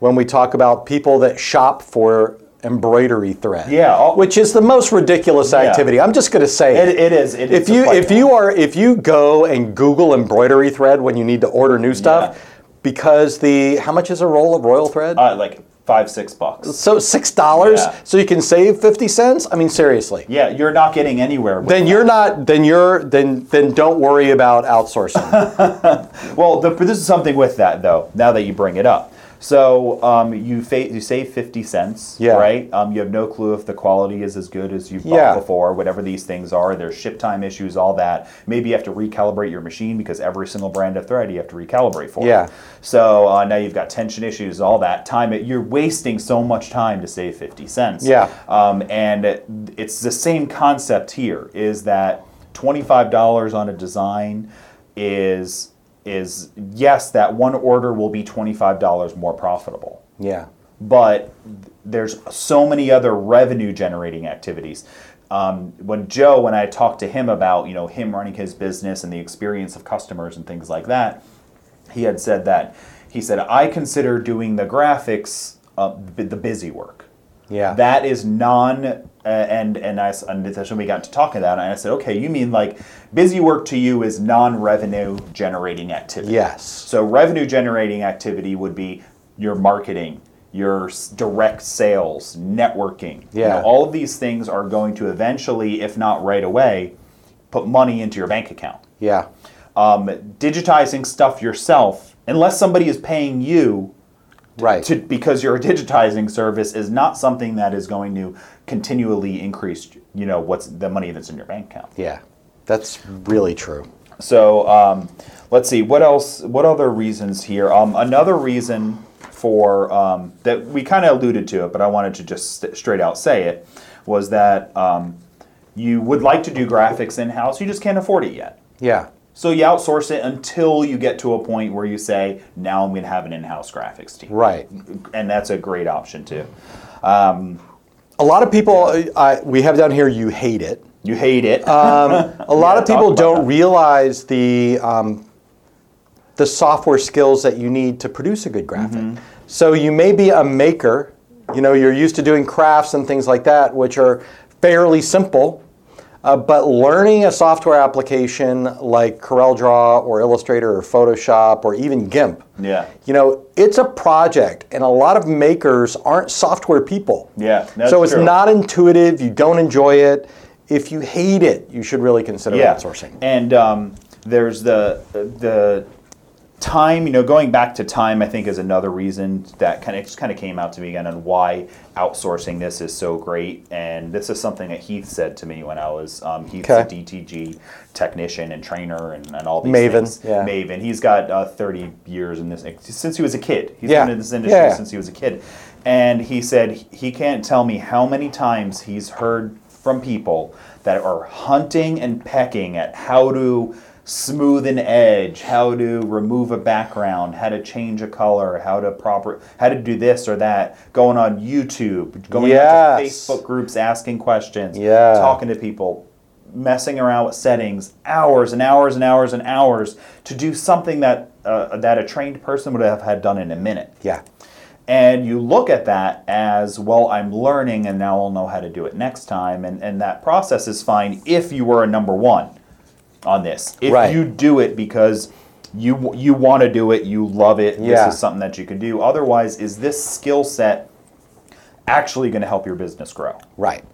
Speaker 2: when we talk about people that shop for embroidery thread.
Speaker 1: Yeah, all-
Speaker 2: which is the most ridiculous activity. I'm just going to say
Speaker 1: It, it is. It
Speaker 2: if
Speaker 1: is a
Speaker 2: you
Speaker 1: fight.
Speaker 2: if you are if you go and Google embroidery thread when you need to order new stuff, because the how much is a roll of royal thread?
Speaker 1: uh, like five six bucks.
Speaker 2: so six dollars,
Speaker 1: Yeah.
Speaker 2: so you can save fifty cents. I mean, seriously.
Speaker 1: Yeah, you're not getting anywhere. With
Speaker 2: Then you're not. Then you're. Then then don't worry about
Speaker 1: [laughs]
Speaker 2: outsourcing.
Speaker 1: Well, the, but this is something with that though. Now that you bring it up, so um, you fa- you save fifty cents,
Speaker 2: Yeah.
Speaker 1: right? Um, you have no clue if the quality is as good as you've bought
Speaker 2: Yeah.
Speaker 1: before. Whatever these things are, there's ship time issues, all that. Maybe you have to recalibrate your machine because every single brand of thread you have to recalibrate for.
Speaker 2: Yeah.
Speaker 1: So uh, now you've got tension issues, all that time. It, you're wasting so much time to save fifty cents.
Speaker 2: Yeah.
Speaker 1: Um, and it- it's the same concept here is that $25 on a design is is yes that one order will be $25 more profitable
Speaker 2: yeah.
Speaker 1: but there's so many other revenue generating activities. Um, when Joe, when I talked to him about you know him running his business and the experience of customers and things like that, he had said that he said I consider doing the graphics uh, b- the busy work.
Speaker 2: Yeah.
Speaker 1: that is non uh, and and I s- and that's when we got to talking about it. And I said, okay, you mean like busy work to you is non revenue generating activity?
Speaker 2: Yes.
Speaker 1: So revenue generating activity would be your marketing, your s- direct sales, networking. You know,
Speaker 2: Yeah.
Speaker 1: all of these things are going to eventually, if not right away, put money into your bank account.
Speaker 2: Yeah.
Speaker 1: Um, digitizing stuff yourself, unless somebody is paying you
Speaker 2: Right.
Speaker 1: to, because your [laughs] digitizing service is not something that is going to continually increase, you know, what's the money that's in your bank account.
Speaker 2: Yeah, that's really true.
Speaker 1: So um, let's see what else. What other reasons here? Um, another reason for um, that we kind of alluded to it, but I wanted to just st- straight out say it was that um, you would like to do graphics in house. You just can't afford it yet.
Speaker 2: Yeah,
Speaker 1: So you outsource it until you get to a point where you say, "Now I'm going to have an in-house graphics team."
Speaker 2: right.
Speaker 1: And that's a great option too.
Speaker 2: A lot of people I, we have down here. You hate it.
Speaker 1: You hate it.
Speaker 2: A lot
Speaker 1: Yeah,
Speaker 2: of
Speaker 1: talk
Speaker 2: people
Speaker 1: about
Speaker 2: don't
Speaker 1: that.
Speaker 2: realize the um, the software skills that you need to produce a good graphic.
Speaker 1: Mm-hmm.
Speaker 2: So you may be a maker. You know, you're used to doing crafts and things like that, which are fairly simple. Uh, but learning a software application like CorelDRAW or Illustrator or Photoshop or even GIMP,
Speaker 1: [laughs] Yeah.
Speaker 2: you know, it's a project, and a lot of makers aren't software people.
Speaker 1: Yeah, that's
Speaker 2: so it's
Speaker 1: true.
Speaker 2: not intuitive. You don't enjoy it. If you hate it, you should really consider outsourcing.
Speaker 1: And um, there's the the time you know going back to time i think is another reason that kind of just kind of came out to me again on why outsourcing this is so great and this is something that heath said to me when i was um, heath's a
Speaker 2: Okay.
Speaker 1: dtg technician and trainer and, and all these
Speaker 2: Maven,
Speaker 1: things
Speaker 2: yeah.
Speaker 1: maven he's got uh, 30 years in this since he was a kid he's
Speaker 2: Yeah.
Speaker 1: been in this industry
Speaker 2: Yeah.
Speaker 1: since he was a kid and he said he can't tell me how many times he's heard from people that are hunting and pecking at how to smooth an edge, how to remove a background, how to change a color, how to proper how to do this or that, going on YouTube, going out
Speaker 2: Yes.
Speaker 1: to Facebook groups asking questions,
Speaker 2: Yeah.
Speaker 1: talking to people, messing around with settings, hours and hours and hours and hours to do something that uh, that a trained person would have had done in a minute.
Speaker 2: Yeah.
Speaker 1: And you look at that as, well, I'm learning and now I'll know how to do it next time. And, and that process is fine if you were a number one on this. If
Speaker 2: Right.
Speaker 1: you do it because you you want to do it, you love it,
Speaker 2: Yeah.
Speaker 1: this is something that you can do. Otherwise, is this skill set actually going to help your business grow?
Speaker 2: Right.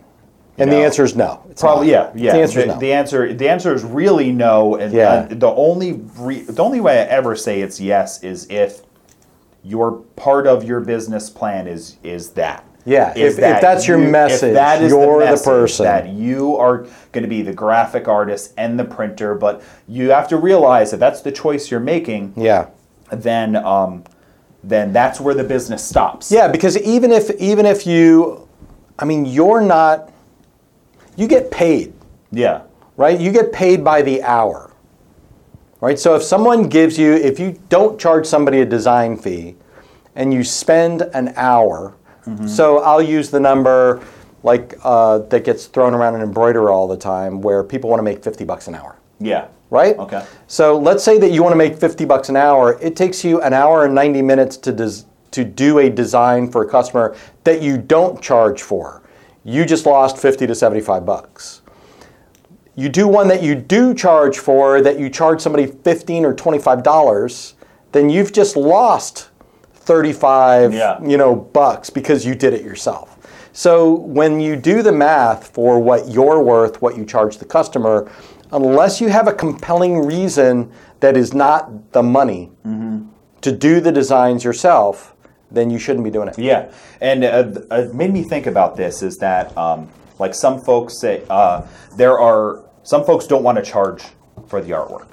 Speaker 2: And the
Speaker 1: know.
Speaker 2: answer is no. It's
Speaker 1: Probably, yeah,
Speaker 2: not.
Speaker 1: yeah.
Speaker 2: The answer is
Speaker 1: the,
Speaker 2: no.
Speaker 1: the answer, the answer is really no. And
Speaker 2: Yeah.
Speaker 1: uh, the only, re- the only way I ever say it's yes is if your part of your business plan is is that.
Speaker 2: Yeah,
Speaker 1: Is
Speaker 2: if- if that's your message, you're the person.
Speaker 1: that you are going to be the graphic artist and the printer, but you have to realize that that's the choice you're making.
Speaker 2: yeah.
Speaker 1: Then, um, then that's where the business stops.
Speaker 2: Yeah, because even if even if you I mean you're not you get paid,
Speaker 1: Yeah.
Speaker 2: right? You get paid by the hour. Right? So if someone gives you if you don't charge somebody a design fee and you spend an hour, so I'll use the number like uh, that gets thrown around in embroidery all the time where people want to make 50 bucks an hour.
Speaker 1: Yeah.
Speaker 2: right?
Speaker 1: Okay.
Speaker 2: So let's say that you want to make 50 bucks an hour. It takes you an hour and 90 minutes to des- to do a design for a customer that you don't charge for. You just lost 50 to 75 bucks. You do one that you do charge for that you charge somebody 15 or 25 dollars, then you've just lost 35
Speaker 1: Yeah.
Speaker 2: you know bucks because you did it yourself. So when you do the math for what you're worth, what you charge the customer, unless you have a compelling reason that is not the money
Speaker 1: Mm-hmm.
Speaker 2: to do the designs yourself, then you shouldn't be doing it.
Speaker 1: Yeah, and uh, th- uh, made me think about this is that um, like some folks say uh, there are some folks don't want to charge for the artwork.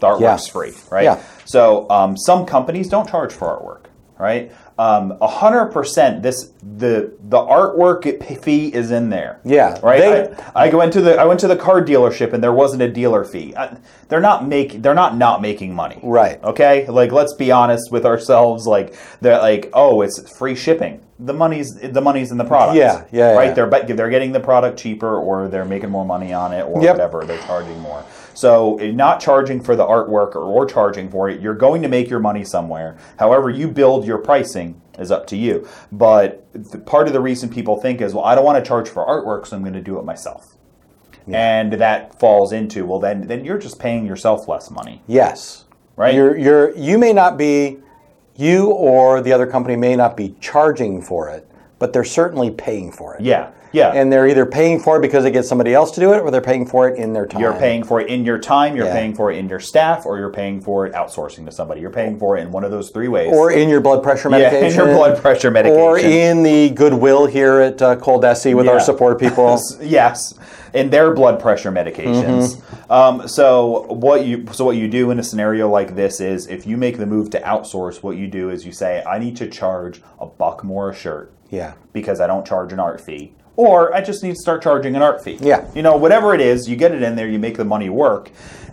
Speaker 1: The artwork's
Speaker 2: Yeah.
Speaker 1: free, right?
Speaker 2: Yeah.
Speaker 1: So um, some companies don't charge for artwork, right? Um, hundred percent. This the the artwork it- fee is in there.
Speaker 2: Yeah,
Speaker 1: Right.
Speaker 2: they-
Speaker 1: I, I went to the I went to the car dealership and there wasn't a dealer fee. I, they're not making they're not not making money.
Speaker 2: Right.
Speaker 1: Okay. Like let's be honest with ourselves. Like they're like oh it's free shipping. The money's the money's in the product.
Speaker 2: Yeah, yeah,
Speaker 1: Right.
Speaker 2: yeah.
Speaker 1: They're but they're getting the product cheaper or they're making more money on it or
Speaker 2: Yep.
Speaker 1: whatever they're charging more. So eh, not charging for the artwork or, or charging for it, you're going to make your money somewhere. However you build your pricing is up to you. But th- part of the reason people think is well I don't want to charge for artwork so I'm going to do it myself and that falls into well then then you're just paying yourself less money
Speaker 2: Yes.
Speaker 1: Right.
Speaker 2: You're you're you may not be you or the other company may not be charging for it, but they're certainly paying for it.
Speaker 1: yeah yeah
Speaker 2: And they're either paying for it because they get somebody else to do it or they're paying for it in their time.
Speaker 1: you're paying for it in your time you're
Speaker 2: Yeah.
Speaker 1: paying for it in your staff or you're paying for it outsourcing to somebody you're paying for it in one of those three ways
Speaker 2: or in your blood pressure
Speaker 1: Yeah, in your
Speaker 2: medication.
Speaker 1: blood pressure
Speaker 2: Or
Speaker 1: medication.
Speaker 2: in the goodwill here at uh, Cold Essie with our
Speaker 1: Yeah.
Speaker 2: support
Speaker 1: [laughs]
Speaker 2: people.
Speaker 1: yes in their blood pressure medications um, so what you so what you do in a scenario like this is if you make the move to outsource what you do is you say i need to charge a buck more a shirt
Speaker 2: yeah.
Speaker 1: because I don't charge an art fee, or I just need to start charging an art fee.
Speaker 2: Yeah.
Speaker 1: you know, whatever it is, you get it in there, you make the money work.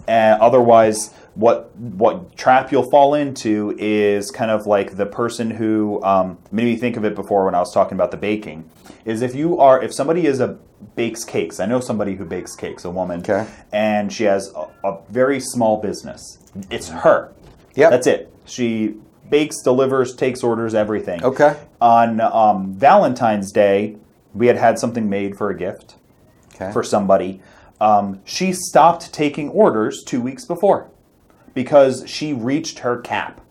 Speaker 1: Uh, otherwise, what what trap you'll fall into is kind of like the person who um, made me think of it before when I was talking about the baking. Is if you are if somebody is a bakes cakes, I know somebody who bakes cakes, a woman,
Speaker 2: Okay.
Speaker 1: and she has a, a very small business. It's her.
Speaker 2: Yep.
Speaker 1: that's it. She bakes, delivers, takes orders, everything
Speaker 2: Okay.
Speaker 1: on um, Valentine's Day, we had had something made for a gift
Speaker 2: Okay.
Speaker 1: for somebody. Um, she stopped taking orders two weeks before because she reached her cap.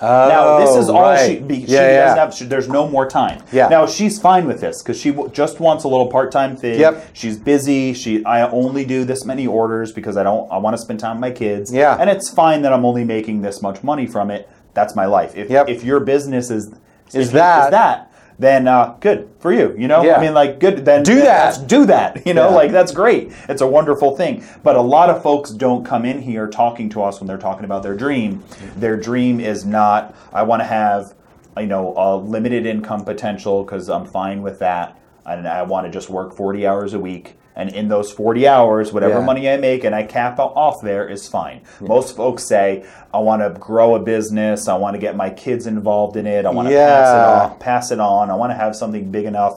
Speaker 1: now this is all
Speaker 2: Oh, right.
Speaker 1: she. Be, she
Speaker 2: Yeah, yeah.
Speaker 1: doesn't have. She, there's no more time.
Speaker 2: Yeah.
Speaker 1: Now she's fine with this because she w- just wants a little part-time thing.
Speaker 2: Yep.
Speaker 1: She's busy. She. I only do this many orders because I don't. I want to spend time with my kids.
Speaker 2: Yeah.
Speaker 1: And it's fine that I'm only making this much money from it. That's my life. If
Speaker 2: Yep.
Speaker 1: if your business is if you- is
Speaker 2: that.
Speaker 1: that then uh, good for you. You know.
Speaker 2: Yeah.
Speaker 1: I mean, like good. Then
Speaker 2: Do that.
Speaker 1: that's- do that. [laughs] You know,
Speaker 2: Yeah.
Speaker 1: like that's great. It's a wonderful thing. But a lot of folks don't come in here talking to us when they're talking about their dream.
Speaker 2: Mm-hmm.
Speaker 1: Their dream is not, I want to have, you know, a limited income potential because I'm fine with that. And I want to just work 40 hours a week. And in those 40 hours, whatever
Speaker 2: Yeah.
Speaker 1: money I make and I cap o- off there is fine. Most folks say, I want to grow a business. I want to get my kids involved in it. I want to pass it
Speaker 2: Yeah.
Speaker 1: off pass it on. I want to have something big enough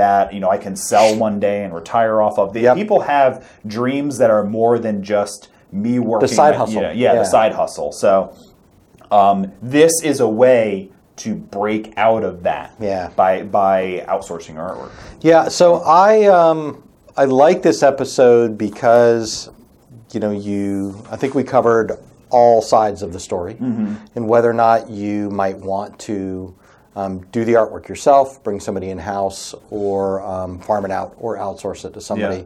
Speaker 1: that you know I can sell one day and retire off of. The
Speaker 2: Yep.
Speaker 1: people have dreams that are more than just me working.
Speaker 2: side
Speaker 1: my-
Speaker 2: hustle.
Speaker 1: Yeah, yeah,
Speaker 2: Yeah.
Speaker 1: the side hustle. So um, this is a way to break out of that.
Speaker 2: Yeah.
Speaker 1: By by outsourcing our artwork.
Speaker 2: Yeah, so I um, I like this episode because you know you I think we covered all sides of the story and whether or not you might want to um, do the artwork yourself, bring somebody in house, or um, farm it out or outsource it to somebody.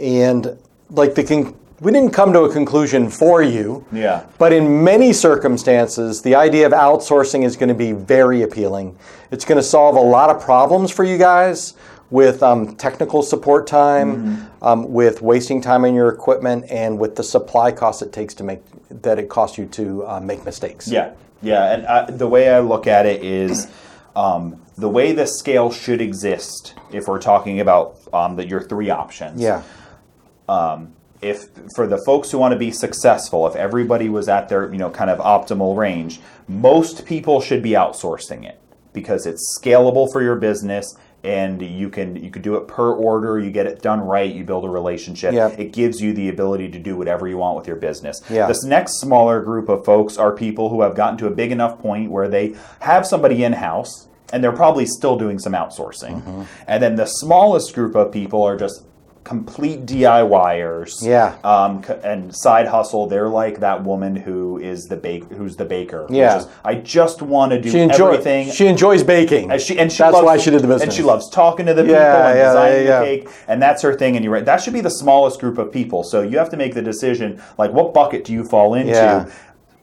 Speaker 2: And like the con- we didn't come to a conclusion for you.
Speaker 1: Yeah.
Speaker 2: But in many circumstances, the idea of outsourcing is going to be very appealing. It's going to solve a lot of problems for you guys with um, technical support time,
Speaker 1: Mm-hmm.
Speaker 2: um, with wasting time on your equipment, and with the supply cost it takes to make that it costs you to uh, make mistakes.
Speaker 1: Yeah, yeah. And I, the way I look at it is um, the way the scale should exist if we're talking about um, the, your three options.
Speaker 2: Yeah.
Speaker 1: if for the folks who want to be successful, if everybody was at their you know kind of optimal range, most people should be outsourcing it because it's scalable for your business and you can you can do it per order, you get it done right, you build a relationship.
Speaker 2: Yep.
Speaker 1: It gives you the ability to do whatever you want with your business.
Speaker 2: Yeah.
Speaker 1: This next smaller group of folks are people who have gotten to a big enough point where they have somebody in house and they're probably still doing some outsourcing. And then the smallest group of people are just complete DIYers
Speaker 2: Yeah.
Speaker 1: um, c- and side hustle. They're like that woman who is the bake, who's the baker. who
Speaker 2: Yeah.
Speaker 1: just, I just want to do
Speaker 2: She enjoys
Speaker 1: everything.
Speaker 2: she enjoys baking.
Speaker 1: and she, and she
Speaker 2: That's
Speaker 1: loves-
Speaker 2: why she did the business.
Speaker 1: And she loves talking to the people
Speaker 2: Yeah,
Speaker 1: and
Speaker 2: yeah,
Speaker 1: designing
Speaker 2: yeah, yeah.
Speaker 1: the cake, and that's her thing. And you're right; that should be the smallest group of people. So you have to make the decision: like, what bucket do you fall into?
Speaker 2: Yeah.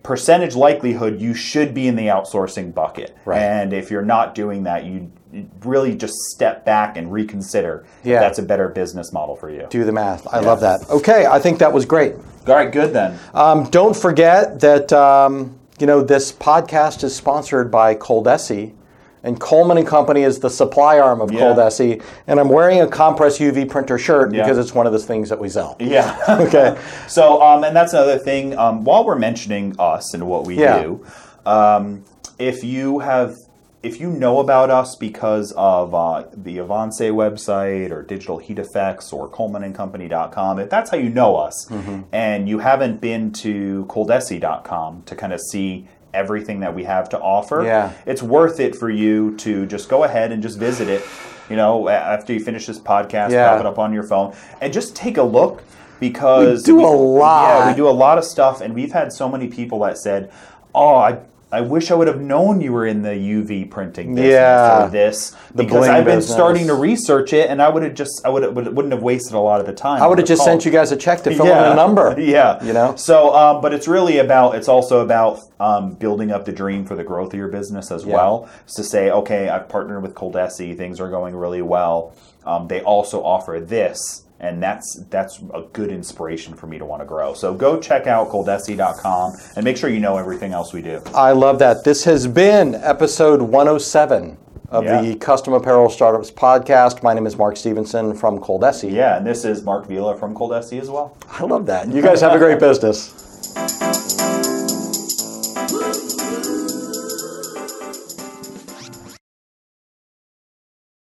Speaker 1: Percentage likelihood you should be in the outsourcing bucket,
Speaker 2: Right.
Speaker 1: and if you're not doing that, you you really just step back and reconsider.
Speaker 2: Yeah.
Speaker 1: if that's a better business model for you.
Speaker 2: do the math. I love that. Okay, I think that was great.
Speaker 1: All right, good then.
Speaker 2: Um, don't forget that um, you know this podcast is sponsored by Coldesi, and Coleman and Company is the supply arm of
Speaker 1: Yeah.
Speaker 2: Coldesi. And I'm wearing a compress UV printer shirt
Speaker 1: Yeah.
Speaker 2: because it's one of the things that we sell.
Speaker 1: Yeah. [laughs]
Speaker 2: Okay.
Speaker 1: so, um, and that's another thing. Um, while we're mentioning us and what we
Speaker 2: Yeah.
Speaker 1: do, um, if you have, if you know about us because of uh, the Avance website or Digital Heat Effects or ColemanandCompany.com, if that's how you know us,
Speaker 2: Mm-hmm.
Speaker 1: and you haven't been to Coldesi.com to kind of see everything that we have to offer,
Speaker 2: Yeah.
Speaker 1: it's worth it for you to just go ahead and just visit it. You know, a- after you finish this podcast,
Speaker 2: Yeah.
Speaker 1: pop it up on your phone and just take a look because
Speaker 2: We do a lot.
Speaker 1: Yeah, we do a lot of stuff, and we've had so many people that said, "Oh, I." I wish I would have known you were in the UV printing business
Speaker 2: Yeah.
Speaker 1: or this
Speaker 2: The
Speaker 1: because
Speaker 2: bling
Speaker 1: I've been
Speaker 2: business.
Speaker 1: starting to research it, and I would have just I would have, wouldn't have wasted a lot of the time.
Speaker 2: I would have just sent you guys a check to fill in a number.
Speaker 1: [laughs] Yeah,
Speaker 2: You know?
Speaker 1: So, um, but it's really about it's also about um, building up the dream for the growth of your business as well. It's to say, okay, I've partnered with Coldesi, things are going really well. Um, they also offer this, and that's that's a good inspiration for me to want to grow. So go check out Coldesi.com and make sure you know everything else we do.
Speaker 2: I love that. This has been episode 107 of
Speaker 1: Yeah.
Speaker 2: the Custom Apparel Startups podcast. My name is Mark Stevenson from E. Coldesi.
Speaker 1: Yeah, and this is Mark Vila from Coldesi as well. [laughs]
Speaker 2: I love that. You guys have a great business.